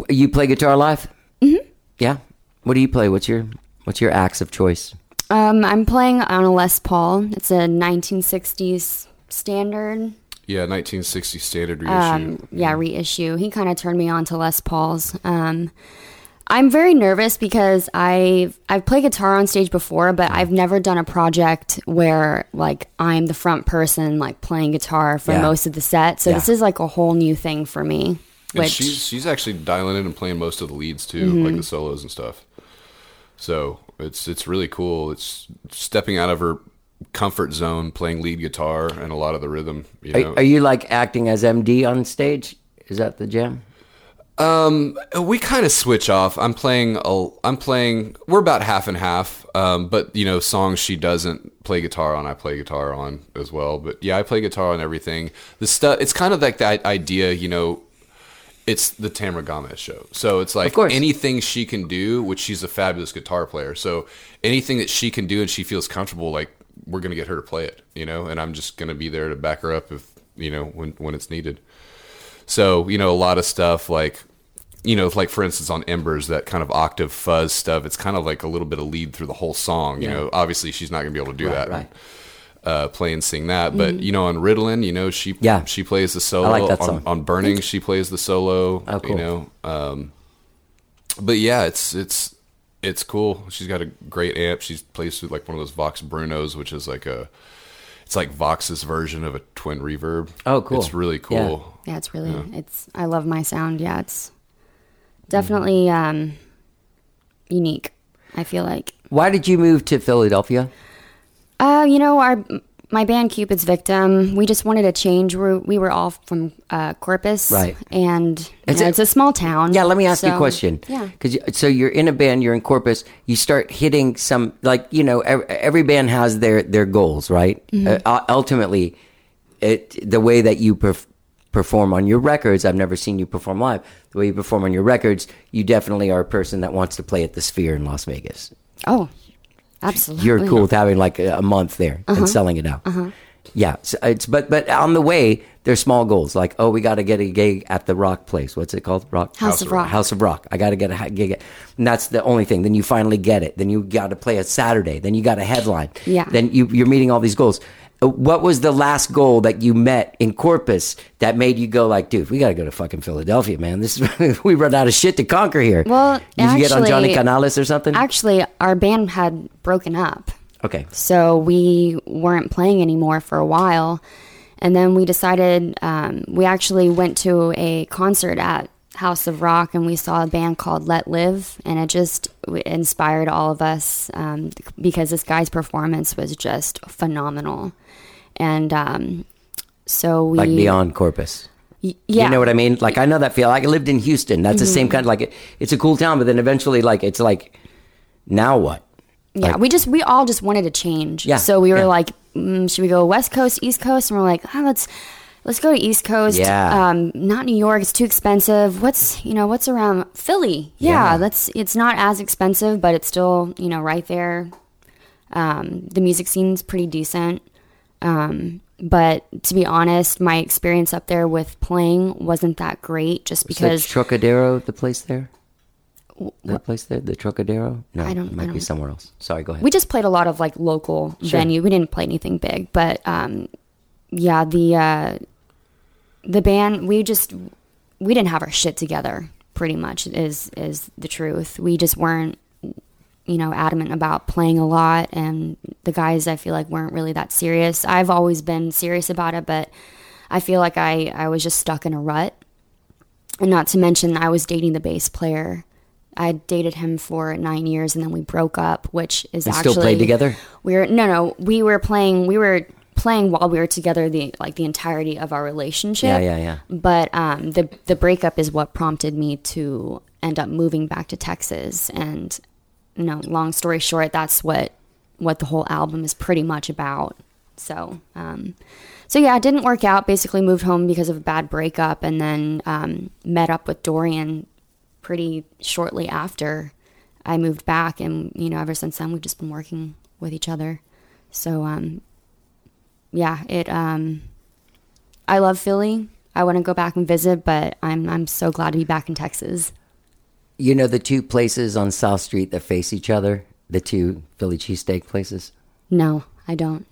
S1: You play guitar live? Mm-hmm. Yeah. What do you play? What's your What's your axe of choice?
S5: Um, I'm playing on a Les Paul. It's a 1960s standard.
S6: Yeah, nineteen sixty standard reissue.
S5: Um, yeah, reissue. He kind of turned me on to Les Pauls. Um, I'm very nervous because I've I've played guitar on stage before, but I've never done a project where like I'm the front person like playing guitar for
S1: Yeah.
S5: most of the set. So
S1: Yeah.
S5: this is like a whole new thing for me.
S6: and
S5: Which
S6: she's she's actually dialing in and playing most of the leads too, like the solos and stuff. So it's it's really cool. It's stepping out of her comfort zone, playing lead guitar and a lot of the rhythm. You know,
S1: Are, are you like acting as MD on stage? Is that the jam?
S6: Uh, we kind of switch off. I'm playing a, I'm playing. We're about half and half. Um, but you know, songs she doesn't play guitar on, I play guitar on as well. But yeah, I play guitar on everything. The stuff. It's kind of like that idea. You know, it's the Tamra Gomez show. So it's like
S1: course.
S6: anything she can do, which she's a fabulous guitar player. So anything that she can do and she feels comfortable, like we're gonna get her to play it. You know, and I'm just gonna be there to back her up if you know when when it's needed. So you know, a lot of stuff like you know, if, like for instance on Embers, that kind of octave fuzz stuff. It's kind of like a little bit of lead through the whole song. You know, obviously she's not gonna be able to do that.
S1: right. Mm.
S6: Uh, play and sing that, but you know, on Ritalin, you know, she
S1: Yeah.
S6: she plays the solo
S1: like that
S6: on,
S1: song.
S6: on Burning. She plays the solo.
S1: Oh, cool.
S6: You know, um, but yeah, it's it's it's cool. She's got a great amp. She plays with like one of those Vox Brunos, which is like a it's like Vox's version of a twin reverb.
S1: Oh, cool.
S6: It's really cool.
S5: yeah, it's really it's I love my sound. Yeah, it's definitely um, unique. I feel like.
S1: Why did you move to Philadelphia?
S5: Uh, you know, our my band Cupid's Victim. We just wanted a change. We we were all from uh, Corpus,
S1: Right.
S5: And you know,
S1: It's
S5: it's,
S1: a-
S5: a, small town.
S1: Yeah, let me ask you a
S5: so-
S1: question.
S5: Yeah,
S1: Because you, so you're in a band, you're in Corpus, you start hitting some like you know every, every band has their their goals, right? Uh, ultimately, it the way that you perf- perform on your records. I've never seen you perform live. The way you perform on your records, you definitely are a person that wants to play at the Sphere in Las Vegas.
S5: Oh, absolutely.
S1: You're cool with having like a, a month there and selling it out. Yeah, so it's but but on the way there's small goals like oh we got to get a gig at the Rock place. What's it called? Rock
S5: House of Rock.
S1: House of Rock. I got to get a ha- gig, at- and that's the only thing. Then you finally get it. Then you got to play a Saturday. Then you got a headline.
S5: Yeah.
S1: Then you you're meeting all these goals. Uh, What was the last goal that you met in Corpus that made you go like, dude, we got to go to fucking Philadelphia, man. This is, we run out of shit to conquer here.
S5: Well,
S1: did you get on Johnny
S5: actually-
S1: Canales or something?
S5: Actually, our band had broken up.
S1: okay,
S5: So we weren't playing anymore for a while. And then we decided, um, we actually went to a concert at House of Rock and we saw a band called Let Live. And it just w- inspired all of us um, because this guy's performance was just phenomenal. And um, so we.
S1: like beyond Corpus.
S5: Yeah. Mm-hmm.
S1: You know what I mean? Like I know that feel. Like I lived in Houston. That's the same kind. Like it, it's a cool town, but then eventually, like it's like, now what?
S5: Yeah, we just we all just wanted to change.
S1: Yeah,
S5: So we were
S1: yeah.
S5: like, mm, should we go West Coast, East Coast? And we're like, ah, let's let's go to East Coast.
S1: Yeah.
S5: Um, not New York. It's too expensive. What's you know what's around Philly? Yeah.
S1: Yeah.
S5: That's it's not as expensive, but it's still you know right there. Um, the music scene's pretty decent. Um, but to be honest, my experience up there with playing wasn't that great, just
S1: Is that
S5: because
S1: Trocadero the place there? That place there, the Trocadero? No,
S5: I don't-
S1: It
S5: I
S1: might be
S5: don't-
S1: somewhere else. Sorry, go ahead.
S5: we just played a lot of like local venue. We didn't play anything big, but um, yeah, the uh, the band we just we didn't have our shit together. Pretty much is is the truth. We just weren't you know adamant about playing a lot, and the guys I feel like weren't really that serious. I've always been serious about it, but I feel like I I was just stuck in a rut. And not to mention, I was dating the bass player. I dated him for nine years, and then we broke up, which is
S1: You
S5: actually
S1: still played together?
S5: We were no, no. We were playing. We were playing while we were together. The like the entirety of our relationship.
S1: Yeah, yeah, yeah.
S5: But um, the the breakup is what prompted me to end up moving back to Texas. And you know, long story short, that's what what the whole album is pretty much about. So, um, so yeah, it didn't work out. Basically, moved home because of a bad breakup, and then um, met up with Dorian pretty shortly after I moved back. And you know, ever since then, we've just been working with each other. So, um, yeah, it. Um, I love Philly. I want to go back and visit, but I'm I'm so glad to be back in Texas.
S1: you know the two places on South Street that face each other, the two Philly cheesesteak places.
S5: No, I don't.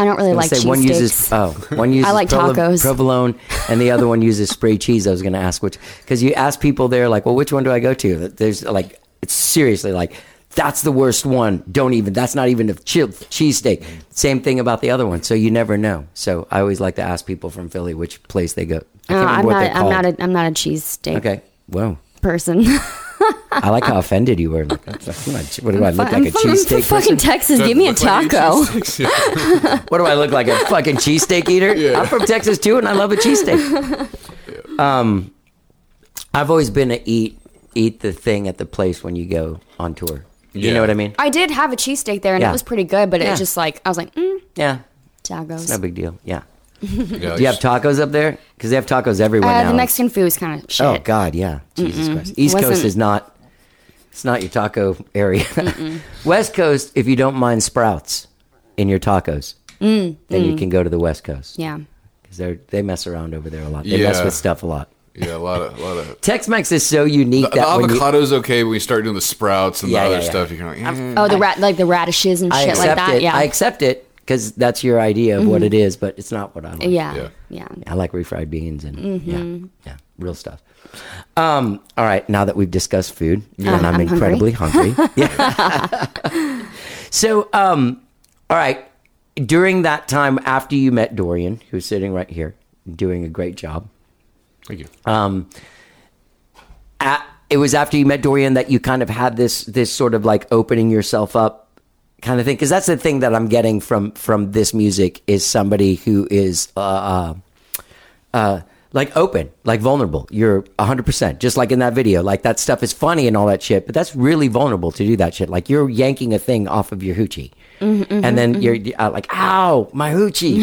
S5: I don't really
S1: I
S5: like
S1: say one uses
S5: cheesesteaks.
S1: oh one uses
S5: like
S1: prov-
S5: tacos.
S1: provolone and the other one uses spray cheese. I was going to ask which because you ask people there like, well, which one do I go to? There's like it's seriously like that's the worst one. Don't even that's not even a chi- cheesesteak. Same thing about the other one. So you never know. So I always like to ask people from Philly which place they go. I can't
S5: No, Oh, I'm
S1: remember what
S5: not.
S1: they
S5: I'm
S1: call.
S5: not. A, I'm not a cheesesteak
S1: okay. Whoa.
S5: person.
S1: I like how offended you were. Like, that's- I'm not- what do I look
S5: I'm
S1: like a
S5: from, I'm from
S1: cheesesteak?
S5: fucking
S1: person?
S5: Texas. Give me a
S6: Look like you
S5: taco.
S6: cheese sticks, yeah.
S1: What do I look like? A fucking cheesesteak eater? I'm from Texas too, and I love a cheesesteak. Um, I've always been a eat eat the thing at the place when you go on tour. You
S6: Yeah.
S1: know what I mean?
S5: I did have a cheesesteak there, and
S1: Yeah.
S5: it was pretty good. But it
S1: Yeah.
S5: was just like I was like, mm,
S1: Yeah,
S5: tacos.
S1: no big deal. Yeah.
S6: Yeah,
S1: Do you have tacos up there? Because they have tacos everywhere
S5: uh,
S1: now.
S5: the Mexican food was kind of shit.
S1: oh God, yeah. Jesus Christ. East Coast
S5: Wasn't-
S1: is not. It's not your taco area. West Coast, if you don't mind sprouts in your tacos,
S5: Mm,
S1: then you can go to the West Coast
S5: Yeah.
S1: because they they mess around over there a lot. They mess
S6: Yeah.
S1: with stuff a lot.
S6: yeah, a lot of, a lot of.
S1: Tex Mex is so unique
S6: The, the
S1: that when you,
S6: avocado's okay when you start doing the sprouts and
S1: Yeah,
S6: the other
S1: yeah, yeah.
S6: stuff. You're kind of like, eh.
S5: Oh, the rat like the radishes and
S1: I
S5: shit
S1: accept
S5: like that.
S1: it.
S5: Yeah. Mm-hmm.
S1: I accept it because that's your idea of what it is, but it's not what I like.
S5: yeah.
S6: Yeah.
S5: Yeah.
S1: I like refried beans and
S5: Mm-hmm.
S1: yeah, yeah, real stuff. Um, all right, now that we've discussed food, and I'm,
S5: I'm hungry.
S1: incredibly hungry. Yeah. so, um, all right, during that time after you met Dorian, who's sitting right here, doing a great job.
S6: thank you.
S1: at, it was after you met Dorian that you kind of had this this sort of like opening yourself up kind of thing because that's the thing that I'm getting from from this music is somebody who is uh, uh, uh, like open like vulnerable you're 100% just like in that video like that stuff is funny and all that shit but that's really vulnerable to do that shit like you're yanking a thing off of your hoochie and then you're uh, like ow my hoochie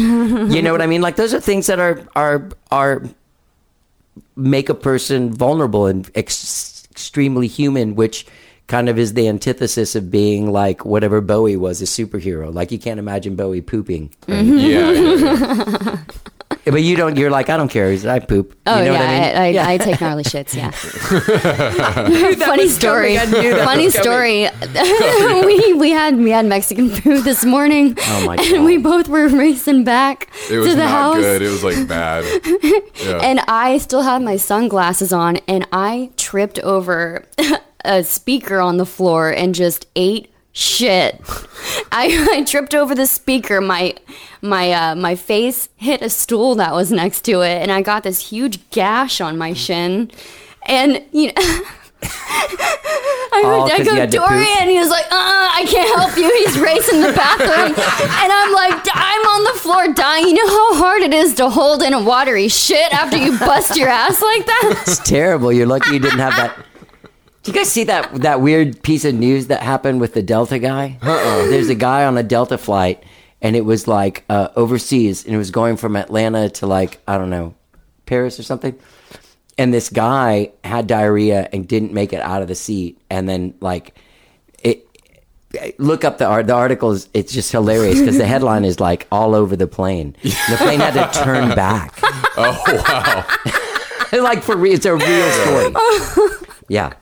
S1: you know what I mean like those are things that are are are make a person vulnerable and ex- extremely human, which
S7: kind of is the antithesis of being like whatever Bowie was, a superhero. Like you can't imagine Bowie pooping.
S6: Yeah, yeah, yeah.
S7: But you don't, you're like, I don't care. He's- I poop.
S5: Oh
S7: you know
S5: yeah,
S7: what I mean?
S5: I, I, I take gnarly shits. Yeah. Funny story. Funny story. we we had we had Mexican food this morning,
S7: Oh, my God.
S5: and we both were racing back
S6: It was
S5: to the
S6: not
S5: house.
S6: good. It was like bad. Yeah.
S5: And I still had my sunglasses on, and I tripped over a speaker on the floor and just ate shit. I, I tripped over the speaker. My my uh, my face hit a stool that was next to it, and I got this huge gash on my shin. And you know, I
S7: Oh,
S5: heard I
S7: 'cause you
S5: go
S7: had to poop?
S5: Dorian. And he was like, uh, I can't help you. He's racing the bathroom. and I'm like, "D- I'm on the floor dying. You know how hard it is to hold in a watery shit after you bust your ass like that?
S7: It's terrible. You're lucky you didn't have that. Do you guys see that that weird piece of news that happened with the Delta guy? Uh-oh. There's a guy on a Delta flight, and it was like uh, overseas, and it was going from Atlanta to like I don't know Paris or something. And this guy had diarrhea and didn't make it out of the seat, and then like it. Look up the art. The article is it's just hilarious because the headline is like all over the plane. The plane had to turn back.
S6: Oh wow.
S7: like for real, it's a real story. Yeah.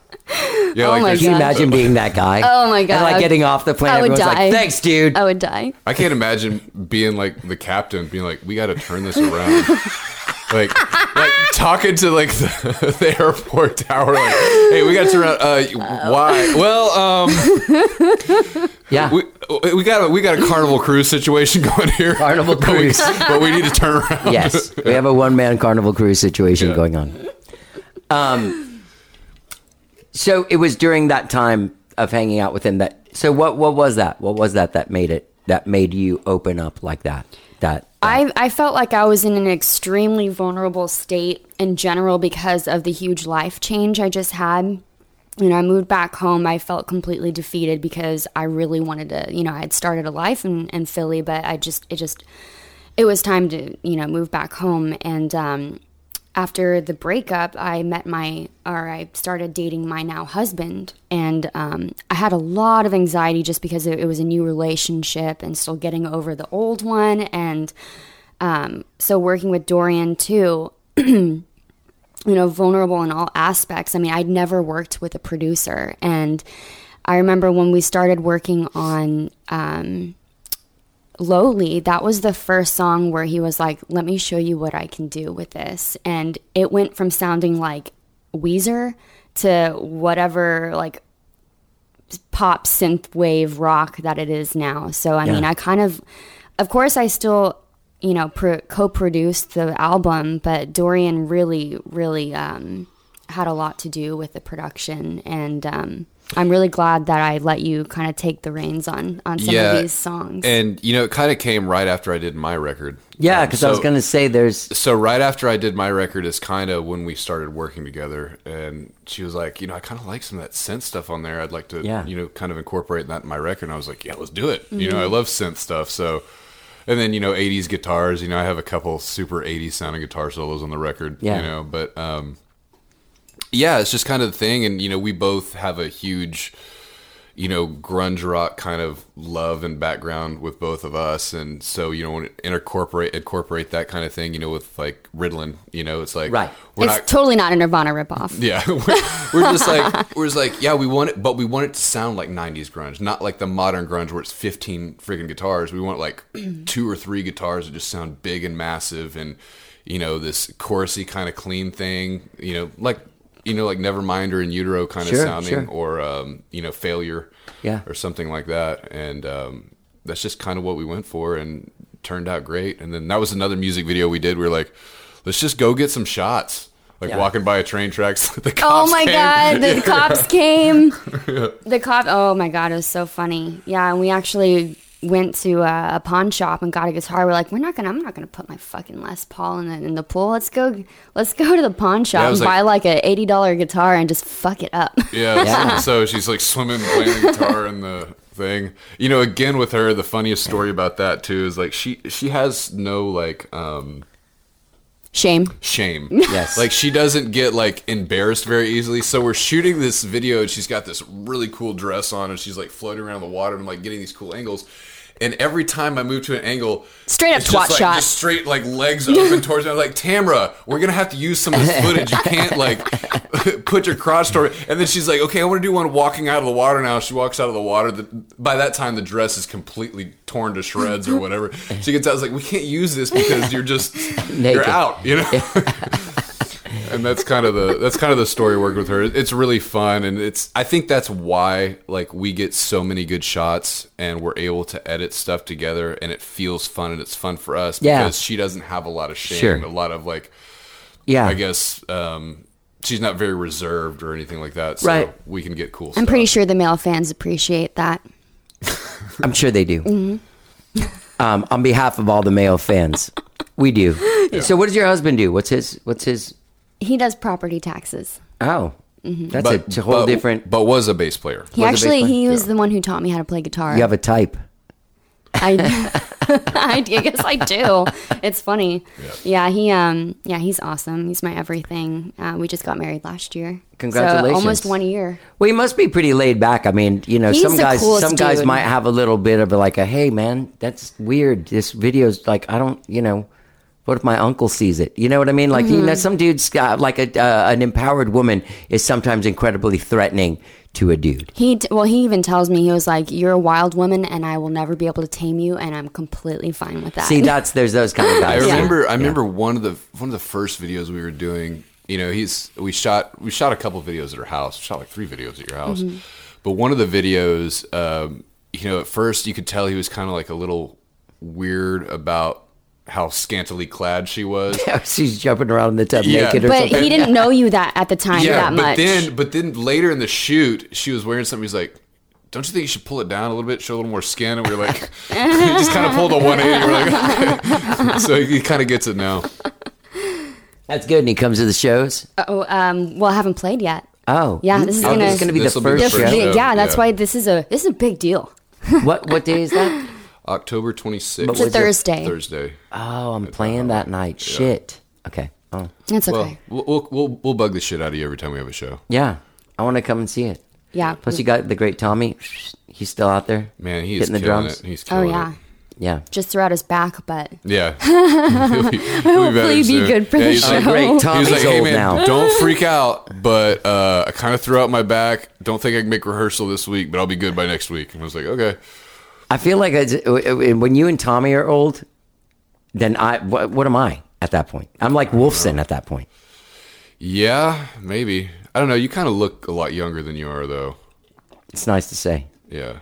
S6: Yeah,
S5: Oh my
S6: there's-
S7: Can you
S5: God.
S7: imagine being that guy?
S5: Oh, my God.
S7: And like getting off the plane,
S5: I would
S7: everyone's
S5: die.
S7: like, "Thanks, dude."
S5: I would die.
S6: I can't imagine being like the captain, being like, "We got to turn this around." like, like talking to like the, the airport tower, like, "Hey, we got to turn around." Uh, why? Well, um,
S7: yeah.
S6: we we got a we got a carnival cruise situation going here.
S7: Carnival
S6: But we-
S7: cruise.
S6: but we, need to turn around.
S7: yes, we have a one-man carnival cruise situation
S6: Yeah.
S7: going on. Um, so it was during that time of hanging out with him that. So what? What was that? What was that that made it? That made you open up like that? That
S5: I, I felt like I was in an extremely vulnerable state in general because of the huge life change I just had. You know, I moved back home. I felt completely defeated because I really wanted to, you know, I had started a life in, in Philly, but I just, it just, it was time to, you know, move back home. And um, after the breakup, I met my, or I started dating my now husband. And um, I had a lot of anxiety just because it, it was a new relationship and still getting over the old one. And um, so working with Dorian too, you know, vulnerable in all aspects. I mean, I'd never worked with a producer. And I remember when we started working on um, Lowly, that was the first song where he was like, let me show you what I can do with this. And it went from sounding like Weezer to whatever, like, pop synth wave rock that it is now. So I mean,
S7: Yeah.
S5: I kind of, of course, I still, you know, pro- co-produced the album, but Dorian really, really um, had a lot to do with the production, and um, I'm really glad that I let you kind of take the reins on on some of these songs.
S6: And you know, it kind of came right after I did my record.
S7: yeah,
S6: Um,
S7: because I was
S6: so-
S7: going to say there's
S6: so right after I did my record is kind of when we started working together, and she was like, you know, I kind of like some of that synth stuff on there. I'd like to,
S7: Yeah.
S6: you know, kind of incorporate that in my record. And I was like, yeah, let's do it. You
S7: Mm-hmm.
S6: know, I love synth stuff. So, and then you know, '80s guitars. You know, I have a couple super '80s sounding guitar solos on the record.
S7: Yeah.
S6: You know, but um, yeah, it's just kind of the thing. And you know, we both have a huge you know, grunge rock kind of love and background with both of us, and so you know, when it incorporate incorporate that kind of thing, you know, with like Ritalin, you know, it's like
S7: Right.
S6: we're
S5: it's
S6: not,
S5: totally not a Nirvana ripoff.
S6: yeah, we're, we're just like we're just like yeah, we want it, but we want it to sound like '90s grunge, not like the modern grunge where it's 15 freaking guitars. We want like two or three guitars that just sound big and massive, and you know, this chorusy kind of clean thing, you know, like you know, like Nevermind or In Utero kind
S7: Sure,
S6: of sounding,
S7: sure.
S6: or um, you know, Failure
S7: Yeah.
S6: or something like that. And um, that's just kind of what we went for and turned out great. And then that was another music video we did. We were like, let's just go get some shots. Like
S7: Yeah.
S6: walking by a train tracks. The
S5: Oh
S6: cops
S5: my
S6: came.
S5: god, the cops came. The cop. Oh my god, it was so funny. Yeah, and we actually went to uh, a pawn shop and got a guitar. We're like, we're not gonna. I'm not gonna put my fucking Les Paul in the in the pool. Let's go. Let's go to the pawn shop
S6: Yeah, I
S5: and
S6: was
S5: buy
S6: like-
S5: like a eighty dollar guitar and just fuck it up.
S6: Yeah.
S7: Yeah.
S6: So she's like swimming, playing the guitar and the thing. You know, again with her, the funniest story about that too is like she she has no like um
S5: Shame.
S6: shame.
S1: Yes.
S6: Like she doesn't get like embarrassed very easily. So we're shooting this video and she's got this really cool dress on and she's like floating around the water and I'm like getting these cool angles. And every time I move to an angle,
S5: Straight up
S6: it's just,
S5: twat
S6: like,
S5: shot.
S6: Just straight like legs open towards me. I'm like, Tamra, we're gonna have to use some of this footage. You can't like put your crotch toward. And then she's like, okay, I want to do one walking out of the water now. She walks out of the water. The, by that time, the dress is completely torn to shreds or whatever. She gets out. I was like, we can't use this because you're just
S1: Naked.
S6: you're out. You know. and that's kind of the that's kind of the story working with her. It's really fun, and it's I think that's why like we get so many good shots, and we're able to edit stuff together, and it feels fun, and it's fun for us
S1: Yeah.
S6: because she doesn't have a lot of shame,
S1: Sure.
S6: a lot of like
S1: Yeah.
S6: I guess um, she's not very reserved or anything like that, so
S1: Right.
S6: we can get cool.
S5: I'm
S6: stuff.
S5: pretty sure the male fans appreciate that.
S1: I'm sure they do.
S6: Mm-hmm.
S1: Um, on behalf of all the male fans, we do. So, what does your husband do? What's his? What's his?
S5: He does property taxes.
S1: Oh, that's a t- whole
S6: but-
S1: different.
S6: but was a bass player.
S5: He
S1: Was a bass
S5: actually
S1: player?
S5: he was the one who taught me how to play guitar.
S1: you have a type.
S5: I, I guess I do. It's funny. Yeah. he um yeah he's awesome. He's my everything. Uh, we just got married last year. So
S1: Congratulations.
S5: almost one year.
S1: Well, he must be pretty laid back. I mean, you know,
S5: He's
S1: some
S5: the
S1: guys,
S5: coolest
S1: some guys
S5: dude.
S1: might have a little bit of a, like a, hey, man, that's weird. This video's like, I don't, you know, what if my uncle sees it? You know what I mean? Like, you
S5: Mm-hmm.
S1: know, some dudes got like a uh, an empowered woman is sometimes incredibly threatening to a dude.
S5: He t- well he even tells me he was like you're a wild woman and I will never be able to tame you and I'm completely fine with that.
S1: See, that's there's those kind of
S6: I
S1: guys.
S6: remember I remember one of the one of the first videos we were doing. You know, he's we shot we shot a couple videos at her house. We shot like three videos at your house.
S1: Mm-hmm.
S6: But one of the videos, um, you know, at first you could tell he was kind of like a little weird about how scantily clad she was.
S1: She's jumping around in the tub
S6: Yeah.
S1: naked or
S5: but
S1: something.
S5: he didn't know you that at the time that
S6: but
S5: much.
S6: then but then later in the shoot, she was wearing something. He's like. Don't you think you should pull it down a little bit, show a little more skin? And we were like, he just kind of pulled a 180. We're like, okay. so he kind of gets it now.
S1: That's good. And he comes to the shows.
S5: oh, um, well I haven't played yet.
S1: Oh,
S5: Yeah, this is
S1: oh,
S5: gonna-
S1: this is gonna be the
S6: This'll be the
S1: first
S6: first
S1: show.
S6: show.
S5: yeah, yeah, that's
S6: yeah.
S5: why this is a this is a big deal.
S1: What what day is that?
S6: October 26th.
S1: It's a
S5: Thursday.
S6: Thursday.
S1: Oh, I'm playing that night. Shit. Okay. Oh,
S5: That's okay.
S6: Well, we'll, we'll, we'll, we'll bug the shit out of you every time we have a show.
S1: yeah. I want to come and see it.
S5: yeah.
S1: Plus, you got the great Tommy. He's still out there.
S6: Man, he's
S1: hitting the
S6: killing
S1: drums.
S6: it. He's
S5: oh
S6: killing
S5: yeah.
S6: it.
S1: Yeah.
S5: Just threw out his back, but
S6: Yeah. He'll be- he'll better
S5: hopefully be
S6: soon.
S5: good for
S6: Yeah,
S5: the
S6: he's
S5: show.
S6: like-
S1: Great Tommy's
S6: He was like,
S1: old
S6: hey, man,
S1: now.
S6: don't freak out, but uh, I kind of threw out my back. Don't think I can make rehearsal this week, but I'll be good by next week. And I was like, okay.
S1: I feel like I, when you and Tommy are old, then I what, what am I at that point? I'm like Wolfson at that point.
S6: Yeah, maybe. I don't know. You kind of look a lot younger than you are, though.
S1: It's nice to say.
S6: Yeah.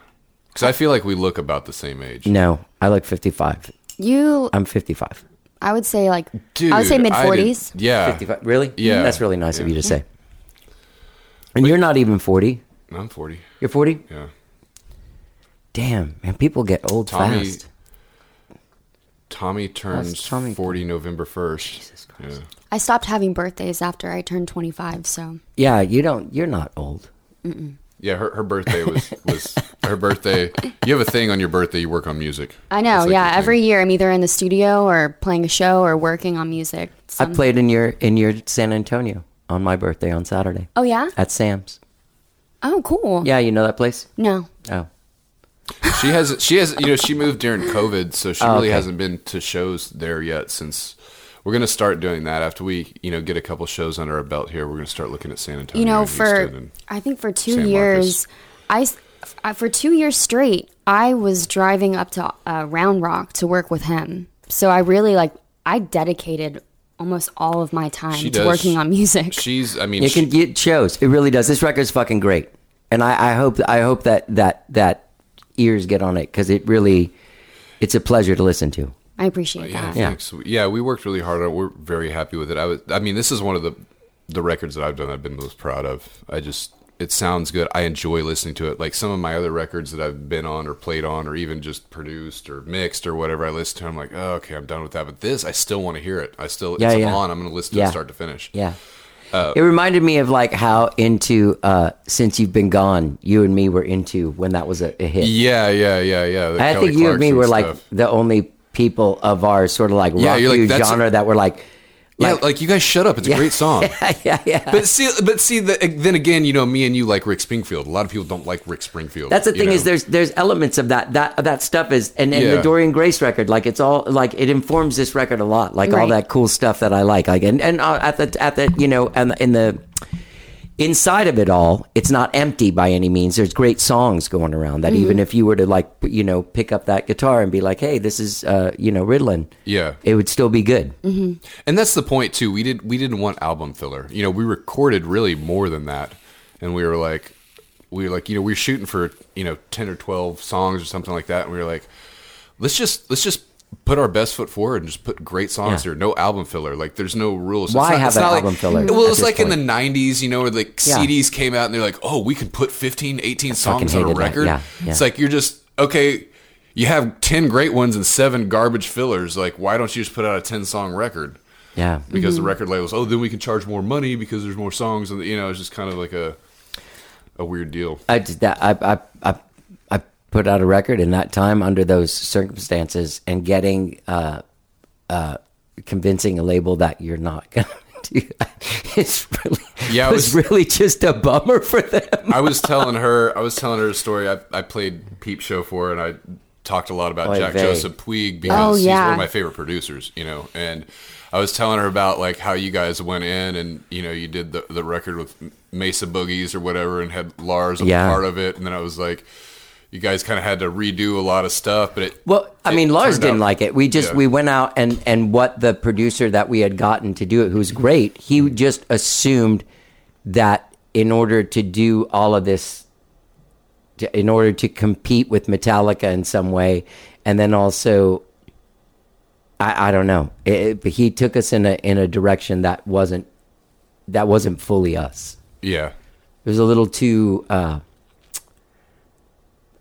S6: Because I feel like we look about the same age.
S1: No, I look 55.
S5: you
S1: I'm 55.
S5: I would say like I would say
S6: Dude,
S5: mid
S6: didn't-
S5: forties.
S6: Yeah.
S1: 55. Really?
S6: Yeah.
S1: That's really nice of
S6: Yeah.
S1: you to say. And you're not even 40.
S6: I'm 40.
S1: You're 40?
S6: Yeah.
S1: Damn, man, people get old
S6: Tommy-
S1: fast.
S6: Tommy turns
S1: That's Tommy.
S6: 40 November 1st.
S1: Jesus Christ.
S6: Yeah.
S5: I stopped having birthdays after I turned 25, so
S1: Yeah, you don't. You're not old.
S6: Yeah, her, her birthday was was her birthday. You have a thing on your birthday. You work on music.
S5: I know.
S6: It's like your
S5: yeah,
S6: thing.
S5: every year I'm either in the studio or playing a show or working on music.
S1: I
S5: Some-
S1: played in your in your San Antonio on my birthday on Saturday
S5: oh yeah.
S1: at Sam's.
S5: Oh cool.
S1: Yeah, you know that place.
S5: No.
S1: Oh,
S6: she hasn't. She hasn't. You know, she moved during COVID, so she really
S1: Oh, okay.
S6: hasn't been to shows there yet. Since we're gonna start doing that after we, you know, get a couple shows under our belt here. We're gonna start looking at San Antonio.
S5: You know,
S6: and
S5: for
S6: Houston and-
S5: I think for two
S6: San
S5: years, I s I for two years straight, I was driving up to uh, Round Rock to work with him. So I really like I dedicated almost all of my time
S6: She
S5: to
S6: does.
S5: working on music.
S6: she's. I mean,
S1: it can
S6: she,
S1: get shows. It really does. This record's fucking great, and I, I hope I hope that that that ears get on it because it really it's a pleasure to listen to.
S5: I appreciate
S6: Oh, yeah,
S5: that.
S6: thanks. yeah. We worked really hard on. it. We're very happy with it. I was. I mean, this is one of the the records that I've done. I've been most proud of. I just. It sounds good. I enjoy listening to it. Like some of my other records that I've been on or played on or even just produced or mixed or whatever I listen to, I'm like, oh, okay, I'm done with that. But this, I still want to hear it. I still,
S1: Yeah,
S6: it's
S1: yeah.
S6: on. I'm going to listen to
S1: Yeah.
S6: it start to finish.
S1: Yeah. it reminded me of like how into uh since you've been gone, you and me were into when that was a, a hit.
S6: Yeah, yeah, yeah, yeah. The
S1: I
S6: Kelly
S1: think you and me
S6: Clarkson
S1: were
S6: stuff.
S1: like the only people of our sort of like
S6: Yeah,
S1: rock
S6: you're like,
S1: you
S6: that's a-
S1: genre that were like,
S6: yeah, like you guys shut up. It's a great song.
S1: yeah, yeah.
S6: But see, but see, the, then again, you know, me and you like Rick Springfield. A lot of people don't like Rick Springfield.
S1: That's the
S6: you
S1: thing
S6: know?
S1: is there's there's elements of that that of that stuff is and, and the
S6: Yeah.
S1: Dorian Grace record like it's all like it informs this record a lot like all
S5: Right.
S1: that cool stuff that I like like and and uh, at the at the you know and in the inside of it all it's not empty by any means there's great songs going around that
S6: Mm-hmm.
S1: even if you were to like p- you know pick up that guitar and be like hey this is uh you know Ritalin
S6: Yeah. Mm-hmm.
S1: it would still be good
S6: and that's the point too. We did we didn't want album filler. You know, we recorded really more than that, and we were like, we were like, you know, we were shooting for you know ten or twelve songs or something like that, and we were like, let's just let's just put our best foot forward and just put great songs
S1: Yeah.
S6: here. No album filler. Like there's no rules.
S1: Why
S6: it's not,
S1: have
S6: it's
S1: an
S6: not
S1: album
S6: like,
S1: filler
S6: Well,
S1: at
S6: it's
S1: this
S6: like
S1: point?
S6: in the '90s, you know, where like
S1: Yeah.
S6: CDs came out and they're like, oh, we can put 15, 18 songs on a
S1: hated that.
S6: record.
S1: Yeah, yeah.
S6: It's like you're just okay. You have ten great ones and seven garbage fillers. Like, why don't you just put out a ten song record?
S1: yeah
S6: because the record labels, oh, then we can charge more money because there's more songs, and you know, it's just kind of like a a weird deal.
S1: I did that. I, I, I, I put out a record in that time under those circumstances and getting, uh, uh, convincing a label that you're not going to do that. It's really,
S6: Yeah, it
S1: was,
S6: was-
S1: really just a bummer for them.
S6: I was telling her, I was telling her a story. I, I played Peep Show for, her, and I talked a lot about
S1: Oy
S6: Jack
S1: vey.
S6: Joseph Puig
S5: Oh,
S6: because he's
S5: yeah.
S6: one of my favorite producers, you know. And I was telling her about like how you guys went in and you know you did the the record with Mesa Boogies or whatever, and had Lars on
S1: Yeah.
S6: the part of it, and then I was like. You guys kind of had to redo a lot of stuff, but it
S1: Well, I
S6: it
S1: mean, Lars
S6: turned
S1: didn't
S6: out-
S1: like it. We just
S6: Yeah.
S1: we went out and and what the producer that we had gotten to do it, who's great, he just assumed that in order to do all of this, to, in order to compete with Metallica in some way, and then also, I, I don't know, It- it- but he took us in a in a direction that wasn't that wasn't fully us.
S6: yeah,
S1: It was a little too. Uh,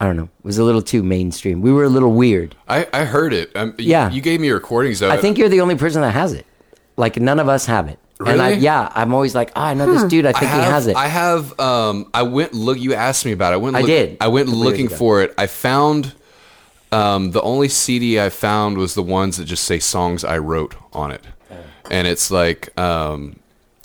S1: I don't know. It was a little too mainstream. We were a little weird.
S6: I, I heard it. Um,
S1: Yeah.
S6: yeah, you gave me recordings of
S1: I
S6: it.
S1: think you're the only person that has it. Like none of us have it. And I,
S6: Really?
S1: yeah, I'm always like, oh, I know this dude. I think
S6: have,
S1: he has it.
S6: I have. Um, I went look. You asked me about. it. I went.
S1: I
S6: Look,
S1: did,
S6: I went
S1: a couple years
S6: looking
S1: ago.
S6: for it. I found. Um, the only CD I found was the ones that just say songs I wrote on it,
S1: Oh.
S6: and it's like um,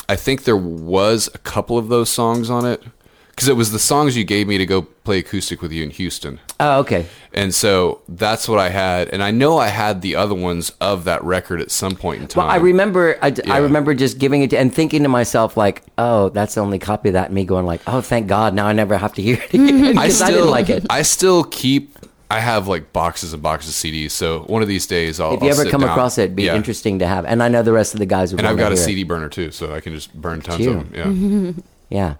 S6: I think there was a couple of those songs on it because it was the songs you gave me to go play acoustic with you in Houston.
S1: oh, okay.
S6: And so that's what I had, and I know I had the other ones of that record at some point in time.
S1: Well, I remember. I, d- I
S6: Um, Yeah.
S1: remember just giving it to, and thinking to myself like, oh, that's the only copy of that. And me going like, oh, thank God. Now I never have to hear it again 'cause I didn't like it.
S6: I still keep. I have like boxes and boxes of CDs. So one of these days, I'll.
S1: If you
S6: I'll
S1: ever
S6: sit
S1: come
S6: down.
S1: across it, it'd be
S6: Yeah.
S1: interesting to have. And I know the rest of the guys would.
S6: And I've
S1: wanna
S6: got a
S1: hear Mm-hmm. it.
S6: CD burner too, so I can just burn tons
S1: you.
S6: of them. Yeah.
S1: Yeah.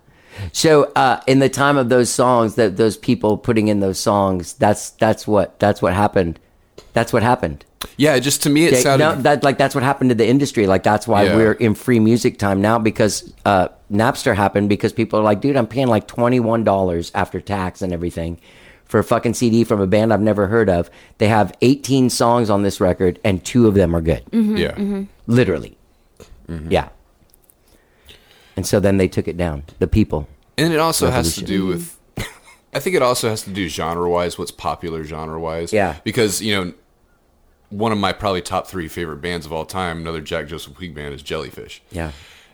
S1: So uh, in the time of those songs, that those people putting in those songs, that's that's what that's what happened. That's what happened.
S6: yeah. it Just to me, it
S1: Yeah,
S6: sounded.
S1: no, that like that's what happened to the industry. Like that's why
S6: Yeah.
S1: we're in free music time now because uh, Napster happened because people are like, dude, I'm paying like twenty one dollars after tax and everything for a fucking CD from a band I've never heard of. They have eighteen songs on this record, and two of them are good,
S6: yeah.
S1: literally.
S6: Mm-hmm.
S1: Yeah. And so then they took it down. The people.
S6: And it also has to do with. I think it also has to do genre wise, what's popular genre wise.
S1: Yeah.
S6: Because you know, one of my probably top three favorite bands of all time, another Jack Joseph Puig band, is Jellyfish.
S1: Yeah.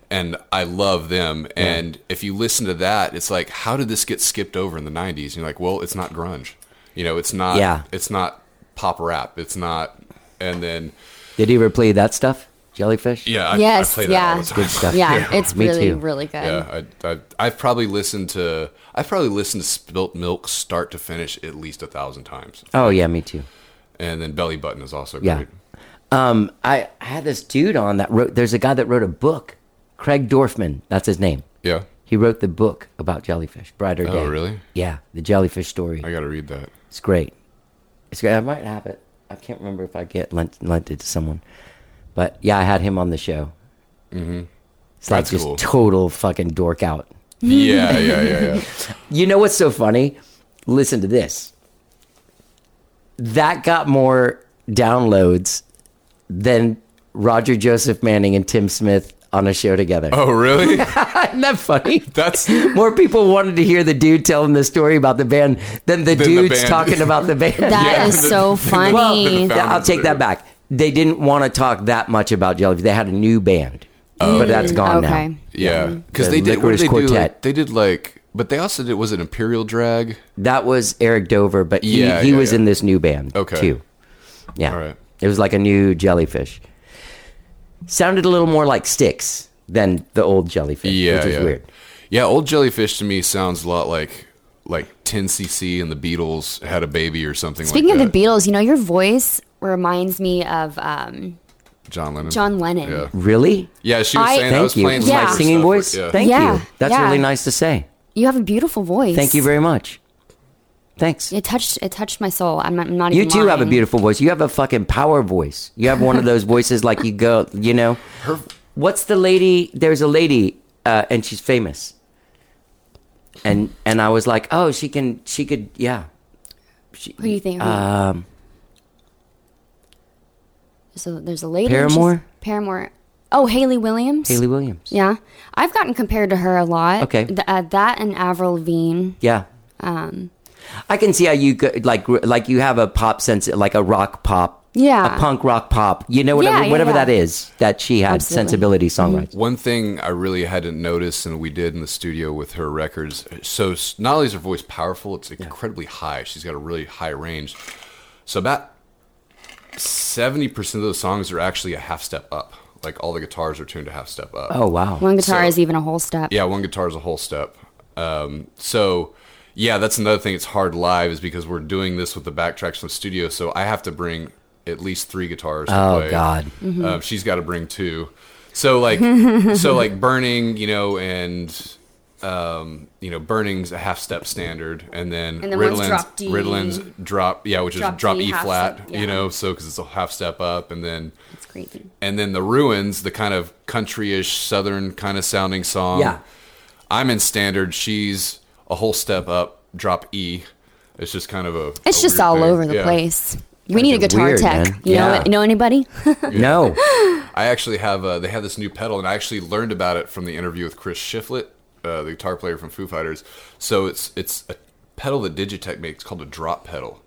S6: and I love them. And if you listen to that, it's like, how did this get skipped over in the '90s? And you're like, well, it's not grunge, you know, it's not,
S1: Yeah.
S6: it's not pop rap, it's not. And then,
S1: Did he ever play that stuff? Jellyfish.
S6: yeah, I, I
S5: Yes,
S6: play that
S5: yeah.
S6: all the time.
S1: Good stuff.
S5: Yeah, it's
S1: Me
S5: really,
S1: too.
S5: really good.
S6: Yeah, I, I, I've probably listened to, I've probably listened to Spilt Milk start to finish at least a thousand times.
S1: Oh yeah, me too.
S6: And then Belly Button is also great.
S1: Yeah. Um, I, I had this dude on that wrote, there's a guy that wrote a book, Craig Dorfman, that's his name.
S6: Yeah.
S1: He wrote the book about jellyfish, Brighter
S6: Oh,
S1: Day.
S6: really?
S1: Yeah, the jellyfish story.
S6: I got to read that.
S1: It's great. It's great. I might have it. I can't remember if I get lent, lent it to someone. But yeah, I had him on the show. Mm-hmm. It's like
S6: That's
S1: just
S6: cool.
S1: total fucking dork out.
S6: Yeah, yeah, yeah, yeah.
S1: You know what's so funny? Listen to this. That got more downloads than Roger Joseph Manning and Tim Smith on a show together.
S6: Oh, really?
S1: Isn't that funny?
S6: That's
S1: More people wanted to hear the dude telling the story about the band than the
S6: the
S1: dudes
S6: band.
S1: talking about the band.
S5: That
S6: Yeah,
S5: is
S6: the-
S5: so
S6: the-
S5: funny.
S1: well,
S6: found
S1: I'll
S6: it
S1: take that
S6: later.
S1: back. they didn't want to talk that much about Jellyfish. They had a new band, but that's gone
S5: Mm, okay.
S1: now.
S6: Yeah, because
S1: The
S6: they did. What
S1: Licorice
S6: did they do? Like,
S1: Quartet.
S6: they did like, but they also did. Was it Imperial Drag?
S1: That was Eric Dover, but he,
S6: Yeah,
S1: he
S6: yeah,
S1: was
S6: yeah.
S1: in this new band
S6: Okay.
S1: too. Yeah,
S6: All right.
S1: it was like a new Jellyfish. Sounded a little more like Sticks than the old Jellyfish,
S6: Yeah,
S1: which is
S6: yeah.
S1: weird.
S6: Yeah, old Jellyfish to me sounds a lot like like 10cc and the Beatles had a baby or something.
S5: Speaking
S6: like
S5: of
S6: that.
S5: the Beatles, you know, your voice reminds me of um,
S6: John Lennon.
S5: John Lennon.
S6: Yeah,
S1: Really?
S6: yeah. She was
S5: I-
S6: saying I
S1: Thank
S6: was
S1: you.
S6: playing
S1: It's
S5: Yeah.
S1: My
S6: Slayer
S1: singing
S6: stuff,
S1: voice.
S6: Yeah.
S1: Thank
S5: Yeah,
S1: you. That's
S5: yeah.
S1: really nice to say.
S5: You have a beautiful voice.
S1: Thank you very much. Thanks.
S5: It touched it touched my soul. I'm not, I'm not
S1: You
S5: even
S1: too have a
S5: lying.
S1: beautiful voice. You have a fucking power voice. You have one of those voices like you go, you know. What's the lady? There's a lady, uh, and she's famous. And and I was like, oh, she can, she could, yeah. She,
S5: Who do you think? who-
S1: Um,
S5: there's, a, there's a lady. and she's-
S1: Paramore?
S5: Paramore. Oh, Haley Williams.
S1: Haley Williams.
S5: Yeah, I've gotten compared to her a lot.
S1: Okay.
S5: Th- uh, that and Avril Lavigne.
S1: Yeah.
S5: Um,
S1: I can see how you could like like you have a pop sense, like a rock pop,
S5: Yeah.
S1: a punk rock pop. You know, whatever
S5: Yeah, yeah,
S1: whatever
S5: yeah.
S1: that is that she had
S5: Absolutely.
S1: sensibility songwriting.
S6: One thing I really hadn't noticed, and we did in the studio with her records. So s- not only is her voice powerful, it's incredibly high. She's got a really high range. So about seventy percent of those songs are actually a half step up. Like all the guitars are tuned a half step
S5: Mm-hmm.
S6: up.
S1: Oh wow.
S5: one guitar
S6: So-
S5: is even a whole step.
S6: Yeah, one guitar is a whole step. Um, so yeah, that's another thing. It's hard live is because we're doing this with the backtracks from the studio. So I have to bring at least three guitars. To
S1: Oh,
S6: play.
S1: God.
S6: Um, she's got to bring two. So like, so like burning, you know, and um, you know, burning's a half step standard, and then
S5: And then one's
S6: Ritalin-
S5: drop D.
S6: Ritalin's drop, yeah, which
S5: Drop
S6: is drop
S5: D,
S6: E
S5: half
S6: flat,
S5: step, yeah.
S6: you know, so because it's a half step up, and then
S5: It's crazy.
S6: and then the ruins, the kind of countryish southern kind of sounding song.
S1: Yeah.
S6: I'm in standard. She's a whole step up, drop E. It's just kind of a.
S5: It's
S6: a
S5: just
S6: weird
S5: all
S6: thing.
S5: over the
S6: Yeah.
S5: place. We need a guitar
S1: weird,
S5: tech.
S1: man.
S5: You know,
S1: Yeah.
S5: you know anybody?
S1: No.
S6: I actually have. Uh, they have this new pedal, and I actually learned about it from the interview with Chris Shiflett, uh, the guitar player from Foo Fighters. So it's it's a pedal that Digitech makes called a drop pedal,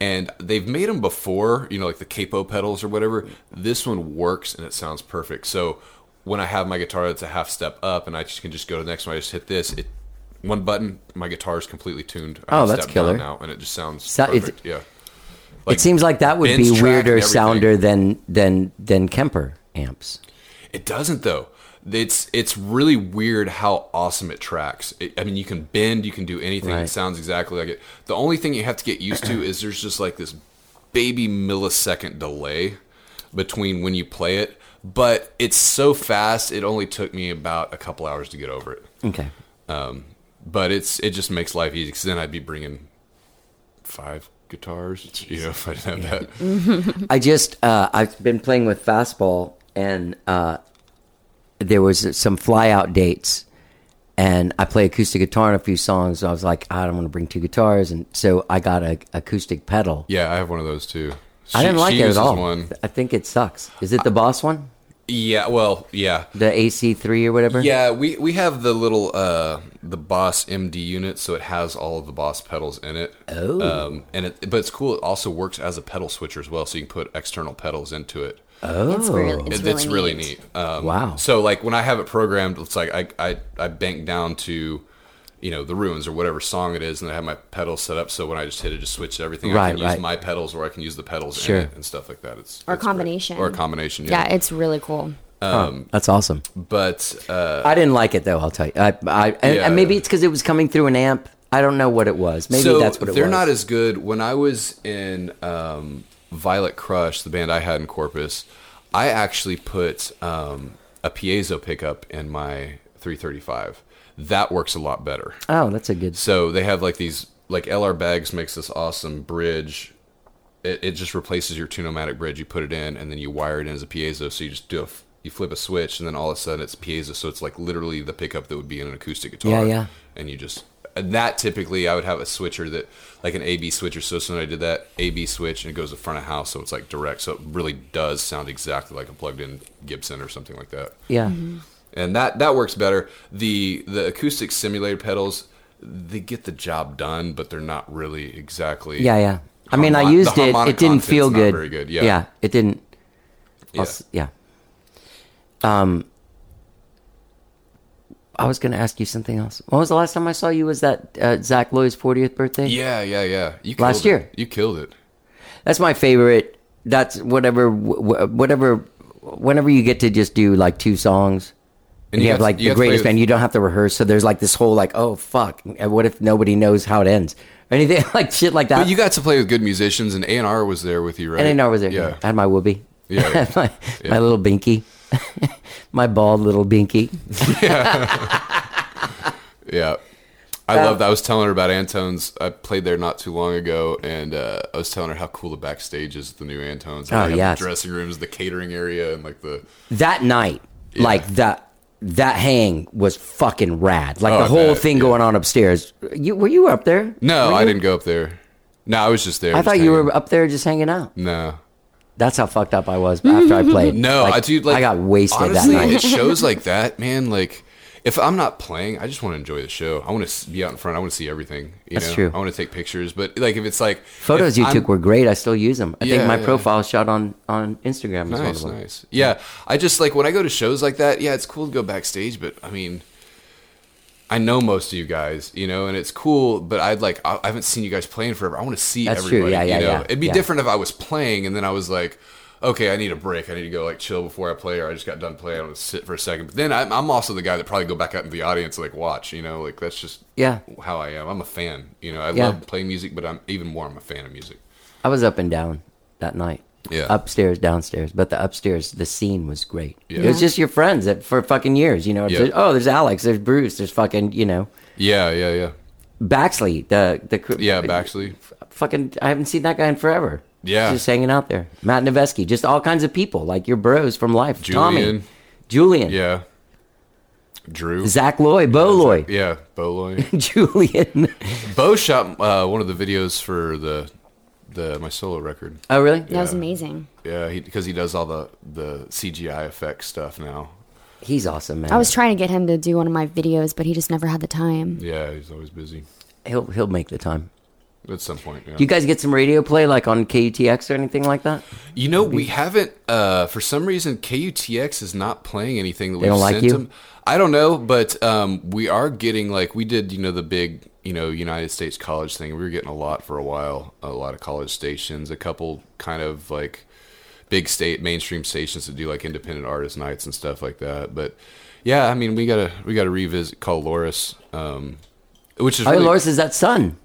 S6: and they've made them before. You know, like the capo pedals or whatever. This one works, and it sounds perfect. So when I have my guitar that's a half step up, and I just can just go to the next one, I just hit this. It one button, my guitar is completely tuned. a
S1: Oh,
S6: half
S1: that's
S6: step down
S1: killer.
S6: now, and it just sounds
S1: So it's-
S6: perfect. yeah.
S1: it seems like that would
S6: Ben's
S1: be
S6: track and
S1: weirder
S6: everything.
S1: sounder than than than Kemper amps.
S6: It doesn't though. It's it's really weird how awesome it tracks. It, I mean, you can bend, you can do anything.
S1: Right.
S6: It sounds exactly like it. The only thing you have to get used to is there's just like this baby millisecond delay between when you play it. But it's so fast. It only took me about a couple hours to get over it.
S1: Okay.
S6: But it's it just makes life easy because then I'd be bringing five guitars. You know, if I didn't have that.
S1: I just uh, I've been playing with fastball, and uh, there was some flyout dates, and I play acoustic guitar in a few songs. So I was like, "Ah, I don't want to bring two guitars, and so I got a acoustic pedal.
S6: Yeah, I have one of those too.
S1: I
S6: She-
S1: didn't like
S6: she
S1: it at
S6: uses
S1: all.
S6: One.
S1: I think it sucks. Is it the Boss one,
S6: Yeah. Well. Yeah.
S1: the AC3 or whatever?
S6: Yeah, we, we have the little uh, the Boss MD unit, so it has all of the Boss pedals in it.
S1: Oh.
S6: um, and it, but it's cool. It also works as a pedal switcher as well, so you can put external pedals into it.
S1: Oh.
S5: It's really, it's
S6: It-
S5: really,
S6: neat. Um,
S1: Wow.
S6: So like when I have it programmed, it's like I I I bank down to you know the ruins or whatever song it is, and I have my pedals set up. So when I just hit it, just switch everything. I
S1: Right,
S6: can
S1: right.
S6: use my pedals, or I can use the pedals
S1: Sure.
S6: in it and stuff like that. It's
S5: Or a
S6: it's great.
S5: combination.
S6: or a combination. Yeah.
S5: Yeah, it's really cool.
S1: That's awesome.
S6: but uh,
S1: I didn't like it though. I'll tell you. I, I and,
S6: Yeah.
S1: and maybe it's because it was coming through an amp. I don't know what it was. Maybe
S6: so
S1: that's what it
S6: they're
S1: was.
S6: not as good. When I was in um, Violet Crush, the band I had in Corpus, I actually put um, a piezo pickup in my 335. That works a lot better.
S1: oh, that's a good.
S6: So they have like these like LR Bags makes this awesome bridge. It, it just replaces your tunomatic bridge. You put it in, and then you wire it in as a piezo. So you just do a f- you flip a switch, and then all of a sudden it's piezo. So it's like literally the pickup that would be in an acoustic guitar.
S1: Yeah, yeah.
S6: And you just and that typically I would have a switcher that like an AB switcher. So when I did that AB switch, and it goes to front of house, so it's like direct. So it really does sound exactly like a plugged in Gibson or something like that
S1: Yeah.
S6: and that that works better. The the acoustic simulator pedals they get the job done, but they're not really exactly.
S1: Yeah, yeah. I mean, I
S6: Harmon- the
S1: used it.
S6: harmonic
S1: It didn't
S6: content's
S1: feel
S6: not
S1: good.
S6: very good, yeah.
S1: it didn't.
S7: I'll s- yeah. Um, I was going to ask you something else. When was the last time I saw you? Was that uh, Zach Loy's 40th birthday?
S6: Yeah, yeah, yeah. You killed
S7: Last
S6: it.
S7: year.
S6: You killed it.
S7: That's my favorite. That's whatever, wh- whatever, whenever you get to just do like two songs. And you, have
S6: to-
S7: like the
S6: have to play
S7: greatest
S6: with-
S7: band. You don't have to rehearse, so there's like this whole like, oh fuck, and what if nobody knows how it ends? Anything like shit like that.
S6: But you got to play with good musicians, and A and R was there with you, right?
S7: I didn't know I was there.
S6: Yeah,
S7: I had my whoopee.
S6: Yeah, yeah.
S7: my, my
S6: Yeah.
S7: little binky. my bald little binky.
S6: yeah.
S7: Uh,
S6: I love that. I was telling her about Antones. I played there not too long ago, and uh, I was telling her how cool the backstage is at the new Antones.
S7: Oh,
S6: They have
S7: yes.
S6: the dressing rooms, the catering area, and like the
S7: That night, like that that hang was fucking rad. Like
S6: Oh,
S7: the
S6: I
S7: whole
S6: bet,
S7: thing
S6: yeah.
S7: going on upstairs. You were you up there?
S6: no,
S7: Were
S6: I
S7: you-
S6: didn't go up there. No, I was just there.
S7: I
S6: just
S7: thought you
S6: hanging.
S7: were up there just hanging out.
S6: No,
S7: That's how fucked up I was after I played.
S6: No, I do. Like,
S7: I got wasted
S6: honestly,
S7: that
S6: It
S7: night.
S6: shows like that, man. Like, if I'm not playing, I just want to enjoy the show. I want to be out in front. I want to see everything. You
S7: That's
S6: know?
S7: true.
S6: I want to take pictures. But like, if it's like
S7: Photos
S6: if
S7: you
S6: I'm-
S7: took were great. I still use them. I think
S6: Yeah,
S7: my
S6: yeah.
S7: profile shot on on Instagram is one of
S6: nice,
S7: them.
S6: nice. Yeah, I just like when I go to shows like that. Yeah, it's cool to go backstage, but I mean. I know most of you guys, you know, and it's cool, but I'd like, I I haven't seen you guys playing forever. I want to see
S7: That's true.
S6: everybody.
S7: Yeah, yeah,
S6: you know?
S7: yeah,
S6: It'd be
S7: yeah.
S6: different if I was playing and then I was like, okay, I need a break. I need to go like chill before I play, or I just got done playing. I want to sit for a second. But then I'm, I'm also the guy that probably go back out into the audience and like watch, you know, like that's just
S7: Yeah.
S6: how I am. I'm a fan, you know, I
S7: Yeah.
S6: love playing music, but I'm even more, I'm a fan of music.
S7: I was up and down that night.
S6: Yeah.
S7: Upstairs, downstairs. But the upstairs, the scene was great.
S6: Yeah.
S7: It was just your friends that for fucking years, you know. It's
S6: Yeah.
S7: just, oh, there's Alex, there's Bruce, there's fucking, you know.
S6: Yeah, yeah, yeah.
S7: Baxley, the the cr-
S6: Yeah, Baxley.
S7: fucking I haven't seen that guy in forever.
S6: Yeah.
S7: Just hanging out there. Matt Nevesky, just all kinds of people, like your bros from life. Tommy.
S6: Julian.
S7: Julian.
S6: Yeah. Drew.
S7: Zach Loy, Bo Loy.
S6: Yeah, Boloy.
S7: Julian.
S6: Bo shot uh, one of the videos for the the my solo record.
S7: Oh really?
S5: That was amazing.
S6: Yeah, because he, does all the the CGI effect stuff now.
S7: He's awesome, man.
S5: I was trying to get him to do one of my videos, but he just never had the time.
S6: Yeah, he's always busy
S7: he'll he'll make the time.
S6: at some point. Yeah.
S7: You guys get some radio play like on KUTX or anything like that?
S6: You know, we haven't. Uh, for some reason, KUTX is not playing anything that we've
S7: don't like
S6: sent
S7: you?
S6: them. I don't know, but um, we are getting like we did. You know, the big you know United States college thing. We were getting a lot for a while. A lot of college stations. A couple kind of like big state mainstream stations that do like independent artist nights and stuff like that. But yeah, I mean, we gotta we gotta revisit. Call Loris. Um, which is
S7: Oh,
S6: really,
S7: Loris is that son.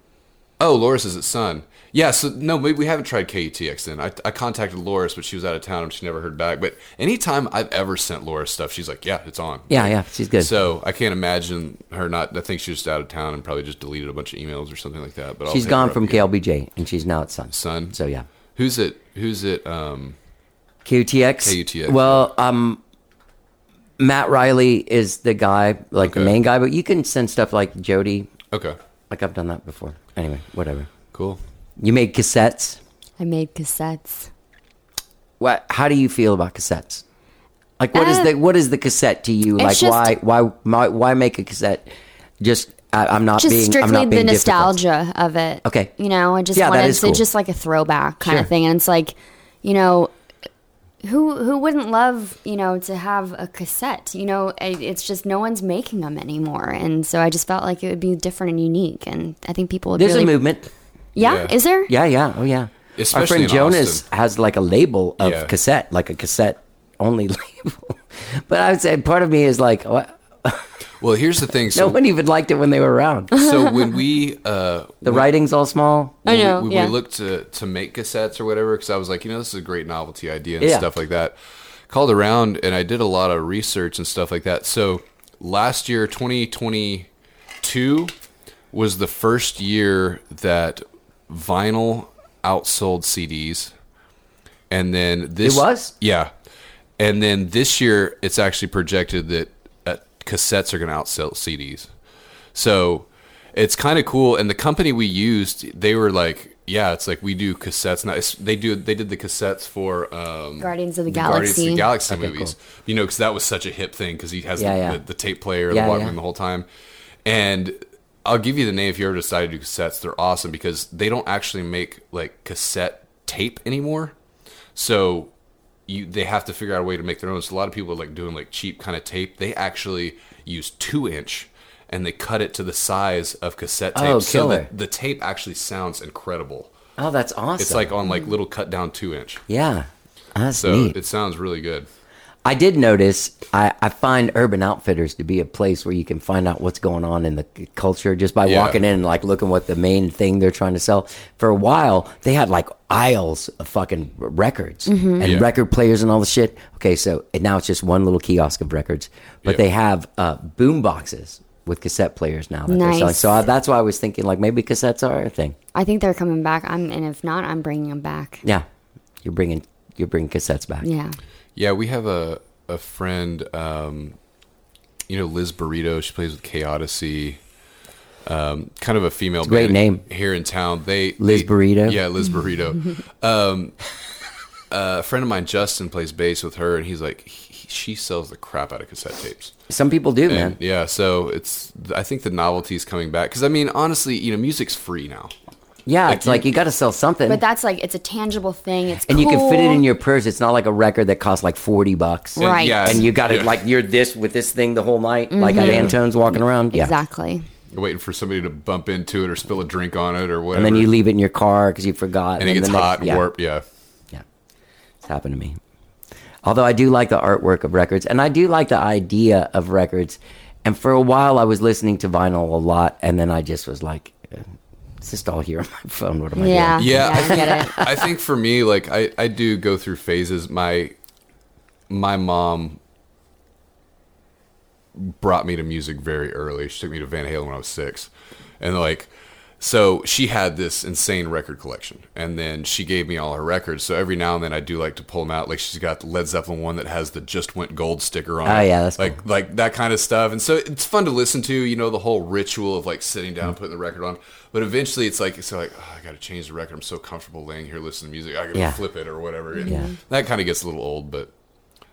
S6: Oh, Loris is its son. Yeah, so no, we, we haven't tried KUTX then. I, I contacted Loris, but she was out of town and she never heard back. But anytime I've ever sent Loris stuff, she's like, yeah, it's on.
S7: Yeah, yeah, she's good.
S6: So I can't imagine her not. I think she was just out of town and probably just deleted a bunch of emails or something like that. But I'll
S7: she's
S6: hit her
S7: gone
S6: up
S7: from E
S6: again.
S7: KLBJ and she's now at Sun.
S6: Sun.
S7: So yeah,
S6: Who's it? Who's it? Um,
S7: KUTX.
S6: KUTX,
S7: Well, um, Matt Riley is the guy, like the
S6: Okay.
S7: main guy, but you can send stuff like Jody.
S6: okay,
S7: Like I've done that before. Anyway, whatever.
S6: cool.
S7: You made cassettes.
S5: I made cassettes.
S7: What? How do you feel about cassettes? Like what is
S5: Uh,
S7: the what is the cassette to you? Like
S5: it's just-
S7: why why why why make a cassette? Just I, I'm not
S5: Just
S7: being I'm
S5: strictly
S7: not
S5: the
S7: being difficult.
S5: nostalgia of it.
S7: Okay.
S5: You know, I just
S7: Yeah, that
S5: wanted
S7: is
S5: to
S7: cool.
S5: just like a throwback kind
S7: Sure.
S5: of thing. And it's like, you know, who who wouldn't love, you know, to have a cassette? You know, I- it's just no one's making them anymore. And so I just felt like it would be different and unique. And I think people would
S7: There's
S5: really.
S7: a movement.
S5: Yeah,
S6: Yeah.
S5: Is there?
S7: Yeah, yeah, oh yeah. Our
S6: Especially
S7: friend
S6: in
S7: Jonas
S6: Austin.
S7: has like a label of
S6: Yeah.
S7: cassette, like a cassette only label. but I would say part of me is like, what?
S6: Well, here's the thing.
S7: no
S6: So,
S7: one even liked it when they were around.
S6: so when we uh,
S7: The writing's all small.
S5: I know.
S6: we, we,
S5: yeah.
S6: we looked to to make cassettes or whatever because I was like, you know, this is a great novelty idea and
S7: Yeah.
S6: stuff like that. Called around and I did a lot of research and stuff like that. So last year, 2022, was the first year that vinyl outsold CDs, and then this
S7: It was?
S6: yeah, and then this year it's actually projected that uh, cassettes are going to outsell CDs. So it's kind of cool. And the company we used, they were like, yeah, it's like we do cassettes. Now it's, they do they did the cassettes for um,
S5: Guardians of the
S6: Guardians of the
S5: Galaxy.
S6: Galaxy movies. You know, because that was such a hip thing because he has
S7: Yeah,
S6: the,
S7: yeah.
S6: The, the tape player,
S7: Yeah,
S6: the Walkman,
S7: yeah.
S6: the whole time. And I'll give you the name if you ever decide to do cassettes. They're awesome because they don't actually make like cassette tape anymore. So you they have to figure out a way to make their own. So a lot of people are like doing like cheap kind of tape. They actually use two inch and they cut it to the size of cassette tape
S1: Oh,
S6: so
S1: killer.
S6: that the tape actually sounds incredible.
S1: Oh, that's awesome.
S6: It's like on like little cut down two inch.
S1: yeah,
S7: Ah,
S1: that's
S6: So
S1: neat.
S6: it sounds really good.
S1: I did notice. I, I find Urban Outfitters to be a place where you can find out what's going on in the c- culture just by
S6: Yeah.
S1: walking in and like looking what the main thing they're trying to sell. For a while, they had like aisles of fucking r- records and
S5: Mm-hmm.
S6: Yeah.
S1: record players and all the shit. Okay, so and now it's just one little kiosk of records, but
S6: Yeah.
S1: they have uh, boom boxes with cassette players now that they're selling.
S5: Nice.
S1: So I, Uh, that's why I was thinking like maybe cassettes are a thing.
S5: I think they're coming back. I'm and if not, I'm bringing them back.
S1: Yeah, you're bringing you're bringing cassettes back.
S5: Yeah.
S6: Yeah, we have a a friend, um, you know, Liz Burrito. She plays with K Odyssey. Um, kind of a female
S1: great
S6: band
S1: name.
S6: here in town. They
S1: Liz
S6: they-
S1: Burrito?
S6: Yeah, Liz Burrito. um, a friend of mine, Justin, plays bass with her, and he's like, he, she sells the crap out of cassette tapes.
S1: Some people do, man.
S6: And yeah, so it's I think the novelty is coming back because I mean, honestly, you know, music's free now.
S1: Yeah,
S6: Like
S1: it's like
S6: you-
S1: you got to sell something.
S5: But that's like it's a tangible thing. It's
S1: and you can fit it
S5: cool.
S1: in your purse. It's not like a record that costs like forty bucks,
S5: Right.
S6: Yeah,
S1: and you got it
S6: yeah.
S1: like you're this with this thing the whole night, like at Antone's walking around. Yeah,
S5: Mm-hmm. exactly.
S6: waiting for somebody to bump into it or spill a drink on it or whatever.
S1: and then you leave it in your car because you forgot,
S6: and it
S1: then
S6: gets
S1: the next-
S6: hot and
S1: yeah,
S6: warped. Yeah.
S1: Yeah, it's happened to me. Although I do like the artwork of records, and I do like the idea of records. And for a while, I was listening to vinyl a lot, and then I just was like, eh, "It's just all here on my phone. What am I
S5: Yeah.
S1: doing?"
S6: Yeah.
S5: I get it.
S6: I think for me, like I, I do go through phases. My my mom brought me to music very early. She took me to Van Halen when I was six, and like so she had this insane record collection, and then she gave me all her records. So every now and then I do like to pull them out. Like she's got the Led Zeppelin one that has the "Just Went Gold" sticker on.
S1: Oh,
S6: it.
S1: yeah, that's
S6: like like that kind of stuff. And so it's fun to listen to. You know the whole ritual of like sitting
S1: Mm-hmm.
S6: down, putting the record on. But eventually it's like it's like oh, I got to change the record. I'm so comfortable laying here listening to music. I got to
S1: Yeah.
S6: flip it or whatever. And
S1: Yeah.
S6: that kind of gets a little old, but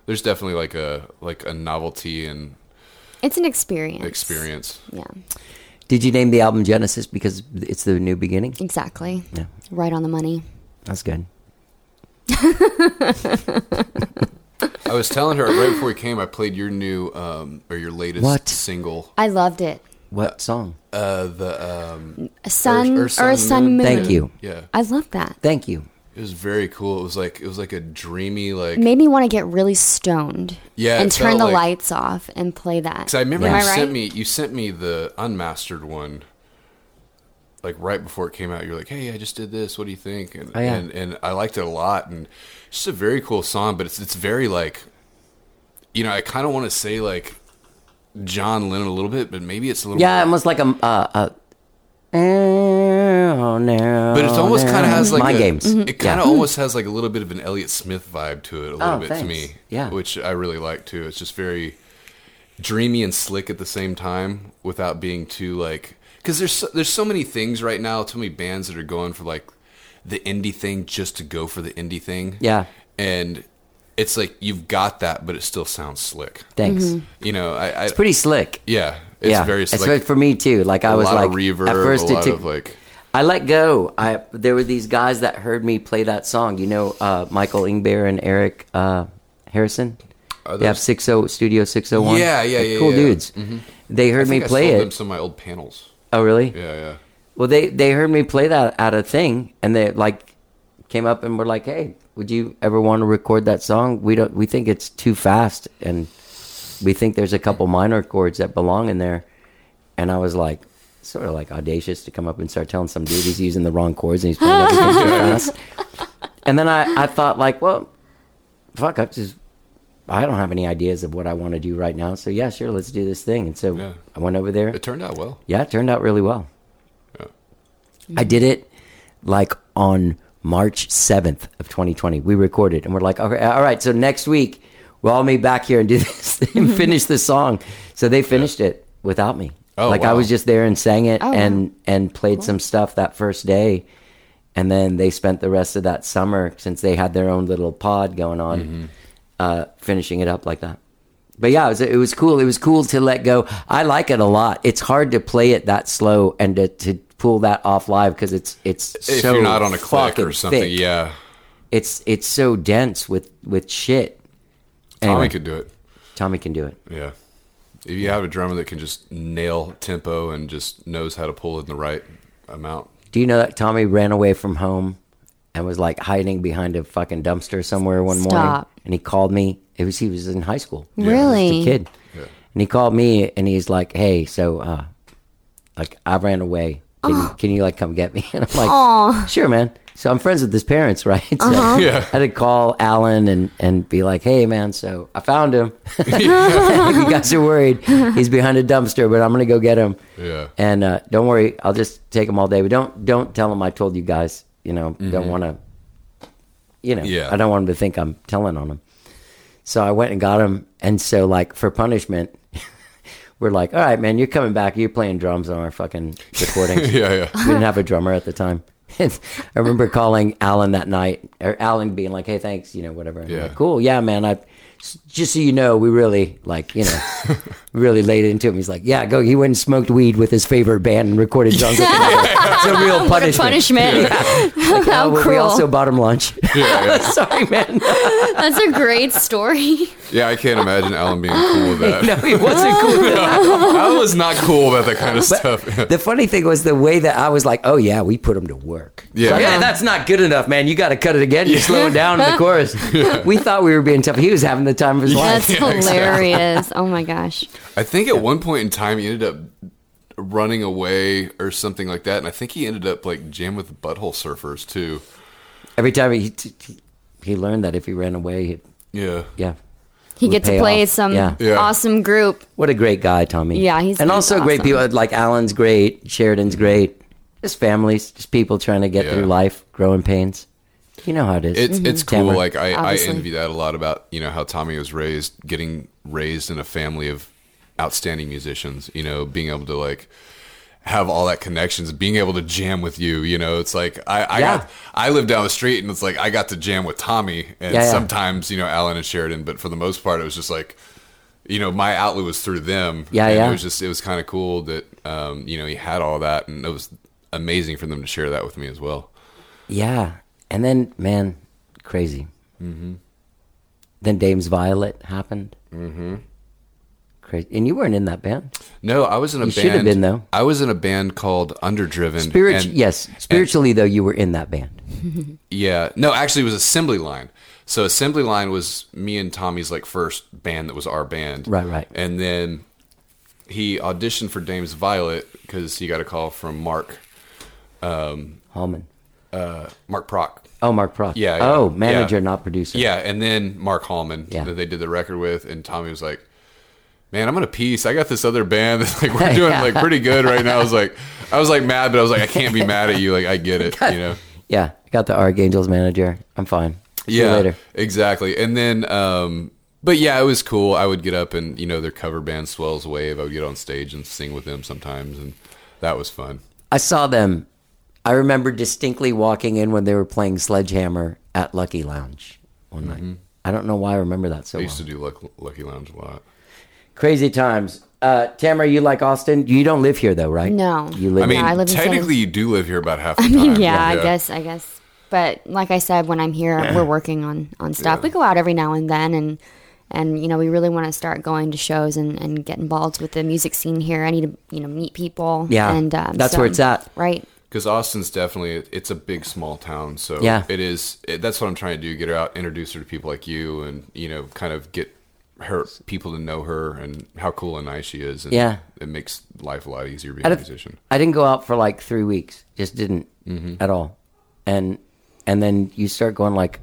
S6: there's definitely like a like a novelty and
S5: It's an experience.
S6: experience.
S5: Yeah.
S1: Did you name the album Genesis because it's the new beginning?
S5: Exactly.
S1: Yeah.
S5: Right on the money.
S1: That's good.
S6: I was telling her right before we came, I played your new um or your latest
S1: What?
S6: single.
S5: I loved it.
S1: What song?
S6: Uh, the um,
S5: A sun
S6: Earth-
S5: or,
S6: Earth, Sun,
S5: a
S6: and
S5: sun
S6: Moon.
S5: moon.
S1: Thank you.
S6: yeah,
S5: I love that.
S1: Thank you.
S6: it was very cool. It was like it was like a dreamy like.
S5: It made me want to get really stoned.
S6: Yeah,
S5: And
S6: it
S5: turn
S6: felt
S5: the
S6: like-
S5: lights off and play that.
S6: Cause I remember
S5: Am
S6: you
S5: I right?
S6: sent me you sent me the unmastered one, like right before it came out. You're like, "Hey, I just did this. What do you think?" And
S5: Oh,
S1: yeah.
S6: and, and I liked it a lot, and it's just a very cool song. But it's it's very like, you know, I kind of want to say like John Lennon a little bit, but maybe it's a little
S1: Yeah, almost like a. Uh, a oh, no.
S6: But it almost kind of has like
S1: Mind
S6: a-
S1: games.
S6: It kind
S1: Yeah.
S6: of almost has like a little bit of an Elliott Smith vibe to it, a little
S1: Oh,
S6: bit
S1: thanks.
S6: to me.
S1: Yeah.
S6: which I really like too. It's just very dreamy and slick at the same time, without being too like. Because there's so, there's so many things right now, so many bands that are going for like the indie thing just to go for the indie thing.
S1: Yeah.
S6: and it's like you've got that, but it still sounds slick.
S1: Thanks.
S6: You know, I, I it's
S1: Pretty slick.
S6: yeah, it's
S1: yeah.
S6: very
S1: It's
S6: slick.
S1: very- for me too. Like I
S6: a
S1: was
S6: lot
S1: like
S6: of reverb,
S1: at first
S6: a
S1: it
S6: lot
S1: took,
S6: of like
S1: I let go. I there were these guys that heard me play that song. You know, uh, Michael Ingbear and Eric uh, Harrison. They have
S6: those-
S1: six oh Studio six oh one.
S6: Yeah, yeah, yeah,
S1: Cool
S6: yeah. Mm-hmm.
S1: dudes. They heard
S6: I
S1: me
S6: think I
S1: play
S6: sold
S1: it.
S6: them some of my old panels.
S1: Oh, really?
S6: Yeah, yeah.
S1: Well, they they heard me play that at a thing, and they like came up and were like, "Hey, would you ever want to record that song? We don't. We think it's too fast, and we think there's a couple minor chords that belong in there." And I was like, sort of like audacious to come up and start telling some dude he's using the wrong chords and he's playing everything too fast. And then I I thought like, well, fuck, I just. I don't have any ideas of what I want to do right now. So yeah, sure, let's do this thing. And so
S6: Yeah.
S1: I went over there.
S6: It turned out well.
S1: Yeah, it turned out really well. I did it like on March 7th of 2020. We recorded and we're like, okay, all right, so next week we'll all meet back here and do this and
S5: Mm-hmm.
S1: finish the song. So they finished it without me.
S6: Oh,
S1: like I
S6: wow.
S1: was just there and sang it
S5: Oh,
S1: and and played some stuff that first day. And then they spent the rest of that summer since they had their own little pod going on uh, finishing it up like that. But yeah, it was, it was cool. It was cool to let go. I like it a lot. It's hard to play it that slow and to, to pull that off live because it's it's
S6: if
S1: so
S6: you're not on a click
S1: fucking
S6: or something.
S1: thick.
S6: Yeah,
S7: It's it's so dense with with shit.
S6: Tommy
S7: Anyway,
S6: could do it.
S7: Tommy can do it.
S6: Yeah. If you have a drummer that can just nail tempo and just knows how to pull in the right amount,
S7: Do you know that Tommy ran away from home and was like hiding behind a fucking dumpster somewhere one morning?
S5: Stop.
S7: And he called me. It was he was in high school.
S5: really?
S7: Just a kid. And he called me and he's like, "Hey, so uh, like I ran away. Can,
S5: Oh.
S7: you, can you like come get me?" And I'm like, "Sure, man." So I'm friends with his parents, right? So
S5: Uh-huh.
S6: Yeah.
S7: I had to call Alan and and be like, "Hey, man, so I found him. if you guys are worried, he's behind a dumpster, but I'm gonna go get him."
S6: yeah.
S7: And uh, don't worry, I'll just take them all day. But don't don't tell them I told you guys. You know, don't want to. You know,
S6: Mm-hmm. Yeah.
S7: I don't want them to think I'm telling on them. So I went and got him, and so like for punishment, we're like, all right, man, you're coming back. You're playing drums on our fucking recordings.
S6: yeah, yeah.
S7: We didn't have a drummer at the time. I remember calling Alan that night, or Alan being like, "Hey, thanks, you know, whatever." And I'm
S6: Yeah.
S7: like, cool, yeah, man. I just so you know, we really like, you know, really laid into him. He's like, "Yeah, go." He went and smoked weed with his favorite band and recorded songs. It's a real punishment.
S5: Oh, What a punishment.
S7: Uh,
S5: How
S7: we- we
S5: cruel.
S7: also bought him lunch. Sorry, man.
S5: That's a great story.
S6: Yeah, I can't imagine Alan being cool with that.
S7: no, it wasn't cool.
S6: I was not cool about that kind of stuff.
S7: The funny thing was the way that I was like, "Oh yeah, we put him to work."
S6: Yeah.
S7: Like, "Hey, that's not good enough, man. You got to cut it again. You're slowing down in the chorus. We thought we were being tough. He was having the time of his life.
S5: That's hilarious. Oh my gosh.
S6: I think at one point in time he ended up running away or something like that, and I think he ended up like jammed with the Butthole Surfers too.
S7: Every time he t- t- he learned that if he ran away, he,
S6: Yeah,
S7: yeah.
S5: He
S7: Would
S5: gets
S7: pay
S5: to play
S7: off.
S5: some
S7: Yeah.
S6: Yeah.
S5: awesome group.
S7: What a great guy, Tommy.
S5: Yeah, he's-
S7: and
S5: he's
S7: also great
S5: awesome.
S7: people. Like Alan's great, Sheridan's great. Just families, just people trying to get
S6: Mm-hmm. Yeah.
S7: through life, growing pains. You know how it is. Mm-hmm.
S6: It's it's
S5: Mm-hmm.
S6: cool.
S7: Tamara.
S6: Like I, I
S5: Obviously.
S6: envy that a lot about you know how Tommy was raised, getting raised in a family of outstanding musicians. You know, being able to like have all that connections, being able to jam with you. You know, it's like I I
S7: Yeah.
S6: got, I live down the street and it's like I got to jam with Tommy and
S7: Yeah, yeah.
S6: sometimes you know Alan and Sheridan, but for the most part it was just like. You know, my outlet was through them.
S7: Yeah,
S6: and
S7: yeah.
S6: It was just, it was kind of cool that, um, you know, he had all that, and it was amazing for them to share that with me as well.
S7: yeah. And then man, crazy. Mm-hmm. Then Dame's Violet happened. Mm-hmm. Crazy. And you weren't in that band.
S6: No, I was in a
S7: You
S6: band.
S7: should have been, though.
S6: I was in a band called Underdriven.
S7: Spirit.
S6: and-
S7: yes. Spiritually, though, you were in that band.
S6: Yeah. No, actually, it was Assembly Line. So Assembly Line was me and Tommy's like first band that was our band.
S7: Right, right.
S6: And then he auditioned for Dames Violet because he got a call from Mark um, uh,
S7: Hallman.
S6: Mark Proc.
S7: Oh, Mark Proc.
S6: Yeah, yeah.
S7: oh, manager,
S6: Yeah.
S7: not producer.
S6: Yeah, and then Mark Hallman
S7: Yeah.
S6: that they did the record with, and Tommy was like, "Man, I'm gonna peace. I got this other band that's like we're doing like pretty good right now." I was like, I was like mad, but I was like, I can't be mad at you. Like I get it, you know.
S7: Yeah, I got the Archangels manager. I'm fine. See
S6: yeah,
S7: you later.
S6: Exactly. And then um but yeah, it was cool. I would get up and you know their cover band Swells Wave. I would get on stage and sing with them sometimes and that was fun.
S7: I saw them. I remember distinctly walking in when they were playing Sledgehammer at Lucky Lounge one night. I don't know why I remember that so
S6: I
S7: well.
S6: Mm-hmm. used to do Luck- Lucky Lounge a lot.
S7: Crazy times. Uh, Tamara, you like Austin? You don't live here though, right?
S5: No.
S7: You live.
S6: I mean,
S5: I live in San-
S6: technically you do live here about half the
S5: I
S6: time.
S5: mean, yeah, I guess, I guess. But like I said, when I'm here, we're working on on stuff. We go out every now and then, and and you know, we really want to start going to shows and and get involved with the music scene here. I need to you know meet people.
S7: Yeah,
S5: and um,
S7: that's where it's at.
S5: Right.
S6: Because Austin's definitely it's a big small town, so
S7: Yeah.
S6: it is. It, that's what I'm trying to do: get her out, introduce her to people like you, and you know, kind of get her people to know her and how cool and nice she is. And
S7: Yeah.
S6: it makes life a lot easier being
S7: I
S6: a
S7: don't-
S6: musician.
S7: I didn't go out for like three weeks. Just didn't
S6: Mm-hmm.
S7: at all. And and then you start going like,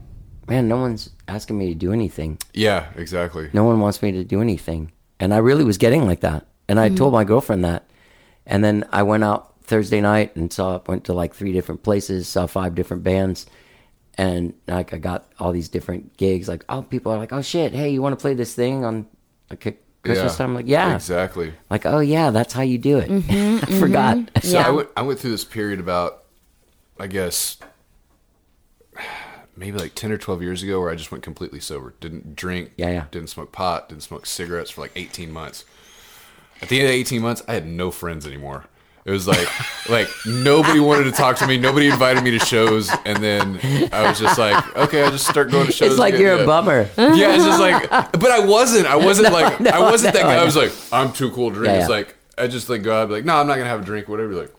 S7: man, no one's asking me to do anything.
S6: Yeah, exactly.
S7: no one wants me to do anything. And I really was getting like that. And I told my girlfriend that. And then I went out Thursday night and saw, went to like three different places, saw five different bands. And like I got all these different gigs. Like, oh, people are like, oh shit, hey, you want to play this thing on like a Christmas
S6: Yeah,
S7: time? like, yeah.
S6: exactly.
S7: Like, oh yeah, that's how you do it. I forgot.
S6: So
S5: Yeah.
S6: I went I went through this period about, I guess, maybe like ten or twelve years ago, where I just went completely sober, didn't drink,
S7: Yeah, yeah.
S6: didn't smoke pot, didn't smoke cigarettes for like eighteen months. At the end of eighteen months, I had no friends anymore. It was like like nobody wanted to talk to me. Nobody invited me to shows, and then I was just like, okay, I will just start going to shows.
S1: It's like
S6: again.
S1: you're
S6: Yeah.
S1: a bummer.
S6: Yeah, it's just like, but I wasn't. I wasn't like,
S1: no,
S6: I wasn't that
S1: no,
S6: guy.
S1: no.
S6: I was like, I'm too cool to drink.
S1: Yeah,
S6: It's
S1: yeah.
S6: like, I just like go out, and be like, no, I'm not gonna have a drink. Whatever. Be like,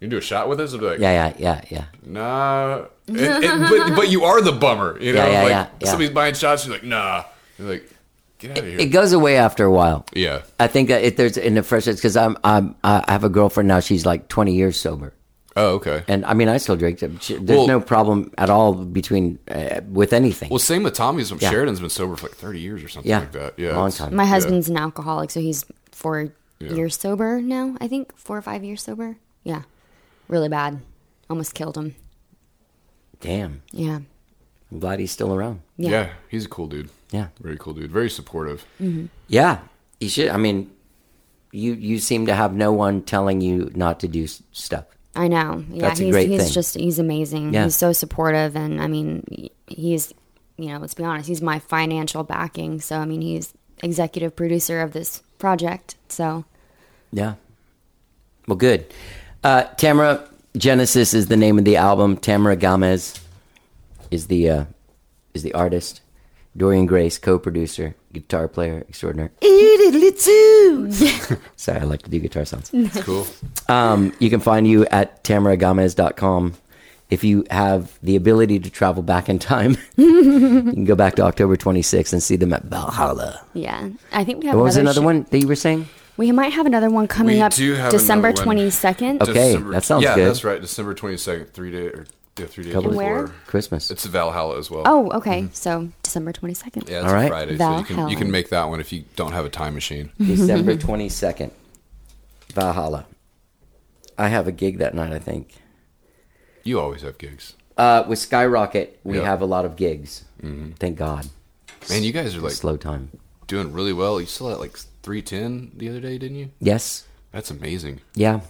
S6: you can do a shot with us. I'd be like,
S1: Yeah, yeah, yeah, yeah.
S6: nah. And- and- but but you are the bummer. You know,
S1: Yeah, yeah,
S6: like
S1: yeah, yeah.
S6: somebody's buying shots. You're like, nah. You're like, get out of here.
S1: It goes away after a while.
S6: yeah.
S1: I think that if there's in the fresh because I'm I'm I have a girlfriend now. She's like 20 years sober,
S6: Oh, okay.
S1: and I mean I still drink. There's
S6: Well-
S1: no problem at all between uh, with anything.
S6: Well, same with Tommy's.
S1: Yeah.
S6: Sheridan's been sober for like 30 years or something
S1: yeah,
S6: like that. Uh, Yeah,
S1: long
S6: it's-
S1: time.
S5: My husband's an alcoholic, so he's four
S6: Yeah.
S5: years sober now. I think four or five years sober. Yeah, really bad. Almost killed him.
S1: Damn,
S5: Yeah.
S1: I'm glad he's still around.
S6: Yeah.
S5: Yeah.
S6: he's a cool dude.
S1: Yeah.
S6: very cool dude. Very supportive.
S1: Yeah, you should. I mean, you you seem to have no one telling you not to do s- stuff.
S5: I know. Yeah,
S1: That's a
S5: he's
S1: great
S5: he's
S1: thing.
S5: just he's amazing.
S1: Yeah.
S5: He's so supportive and I mean he- he's you know, let's be honest, he's my financial backing. So I mean, he's executive producer of this project. So
S1: Yeah. Well, good. Uh, Tamara Genesis is the name of the album. Tamara Gomez is the uh, is the artist. Dorian Grace, co-producer, guitar player extraordinaire. Sorry, I like to do guitar sounds.
S6: It's cool.
S1: Um, you can find you at tamaragomez.com. If you have the ability to travel back in time, you can go back to October 26th and see them at Valhalla.
S5: yeah, I think we have
S1: What was another
S5: another sh-
S1: one that you were saying?
S5: We might have another one coming
S6: We
S5: up
S6: do have
S5: December
S6: another one.
S5: twenty second.
S1: Okay. that sounds
S6: yeah,
S1: good.
S6: that's right. December 22nd, three day or yeah, three days
S1: Couple
S6: before.
S1: of-
S5: Where?
S1: Christmas.
S6: It's Valhalla as well.
S5: Oh, okay.
S1: Mm-hmm.
S5: So December twenty second.
S6: yeah, it's
S1: All
S6: a
S1: right.
S6: Friday, so you can,
S5: Valhalla. Mm-hmm.
S6: you can make that one if you don't have a time machine.
S1: December 22nd, Valhalla. I have a gig that night, I think.
S6: You always have gigs,
S1: Uh, with Skyrocket, we
S6: Yeah.
S1: have a lot of gigs. Thank God.
S6: man. You guys are like
S1: Slow time.
S6: doing really well. You still had like 310 the other day, didn't you?
S1: Yes.
S6: That's amazing.
S1: Yeah.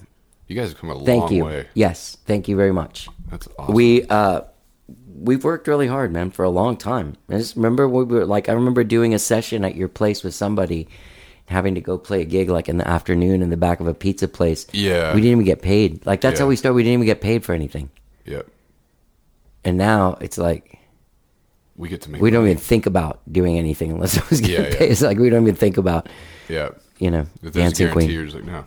S6: You guys have come a
S1: Thank
S6: long
S1: you.
S6: way.
S1: Yes. Thank you very much.
S6: That's awesome.
S1: We uh, we've worked really hard, man, for a long time. I just remember we were like, I remember doing a session at your place with somebody, and having to go play a gig like in the afternoon in the back of a pizza place.
S6: Yeah.
S1: we didn't even get paid. Like that's
S6: Yeah.
S1: how we started. We didn't even get paid for anything,
S6: yeah,
S1: and now it's like
S6: we get to make.
S1: we don't even think about doing anything unless it was getting
S6: Yeah, yeah.
S1: paid. It's like we don't even think about
S6: Yeah,
S1: you know
S6: if there's a
S1: dancing
S6: guarantee,
S1: queen.
S6: you're just like no.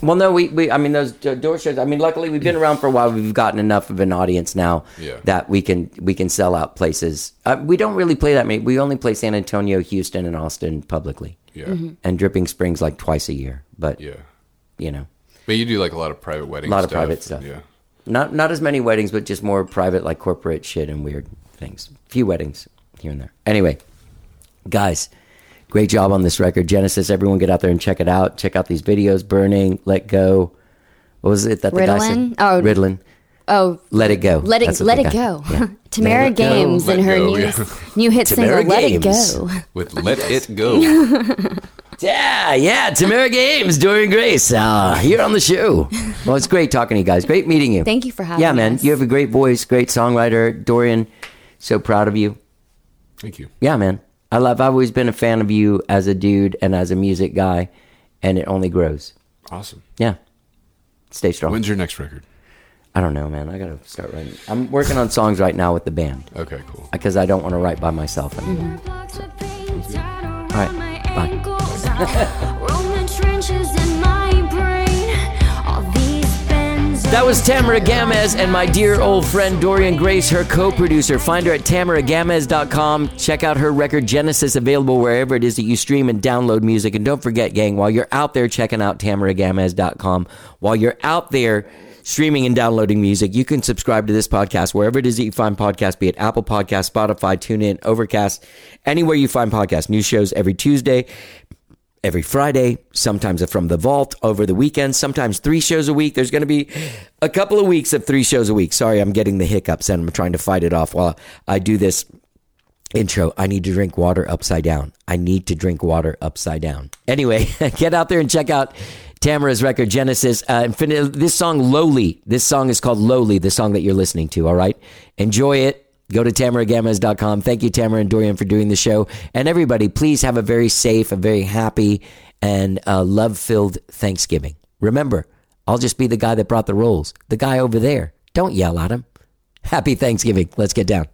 S1: Well, no, we, we I mean those do- door shows. I mean, luckily we've been around for a while. We've gotten enough of an audience now
S6: Yeah.
S1: that we can we can sell out places. Uh, we don't really play that many. We only play San Antonio, Houston, and Austin publicly,
S6: Yeah,
S5: Mm-hmm.
S1: and Dripping Springs like twice a year. But
S6: yeah.
S1: you know,
S6: But you do like a lot of private weddings.
S1: A lot of private stuff.
S6: Yeah.
S1: not not as many weddings, but just more private, like corporate shit and weird things. Few weddings here and there. Anyway, guys, great job on this record, Genesis. Everyone, get out there and check it out. Check out these videos: "Burning," "Let Go." What was it that the guy said?
S5: Ritalin? Oh.
S1: Ritalin.
S5: Oh,
S1: Let it go.
S5: let
S1: That's
S5: it
S1: what
S5: let
S1: the
S5: it
S1: guy-
S5: go.
S1: Yeah.
S5: Tamara
S1: Let it go.
S5: Games
S6: Let
S5: and her
S6: go,
S5: new
S6: yeah.
S5: new hit
S1: Tamara
S5: single "Let It
S1: Games.
S5: Go."
S6: With let it go.
S1: Yeah, yeah. Tamara Games, Dorian Grace, uh, here on the show. Well, it's great talking to you guys. Great meeting you.
S5: Thank you for having
S1: Yeah, man.
S5: us.
S1: You have a great voice, great songwriter, Dorian. So proud of you.
S6: Thank you.
S1: Yeah, man. I love. I've always been a fan of you as a dude and as a music guy, and it only grows.
S6: Awesome.
S1: Yeah. Stay strong.
S6: When's your next record?
S1: I don't know, man. I gotta start writing. I'm working on songs right now with the band
S6: Okay, cool.
S1: because I don't want to write by myself anymore.
S4: Alright,
S1: Alright, bye.
S4: bye.
S1: That was Tamara Gamez and my dear old friend Dorian Grace, her co producer. Find her at tamaragamez.com. Check out her record Genesis, available wherever it is that you stream and download music. And don't forget, gang, while you're out there checking out tamaragamez.com, while you're out there streaming and downloading music, you can subscribe to this podcast wherever it is that you find podcasts, be it Apple Podcasts, Spotify, TuneIn, Overcast, anywhere you find podcasts. New shows every Tuesday every Friday, sometimes from the vault over the weekend, sometimes three shows a week. There's going to be a couple of weeks of three shows a week. Sorry, I'm getting the hiccups and I'm trying to fight it off while I do this intro. I need to drink water upside down. I need to drink water upside down. Anyway, get out there and check out Tamara's record Genesis. Uh, Infin- this song Lowly. This song is called Lowly, the song that you're listening to, all right? Enjoy it. Go to tamaragamez.com. Thank you, Tamara and Dorian, for doing the show. And everybody, please have a very safe, a very happy, and uh, love filled Thanksgiving. Remember, I'll just be the guy that brought the rolls. The guy over there. Don't yell at him. Happy Thanksgiving. Let's get down.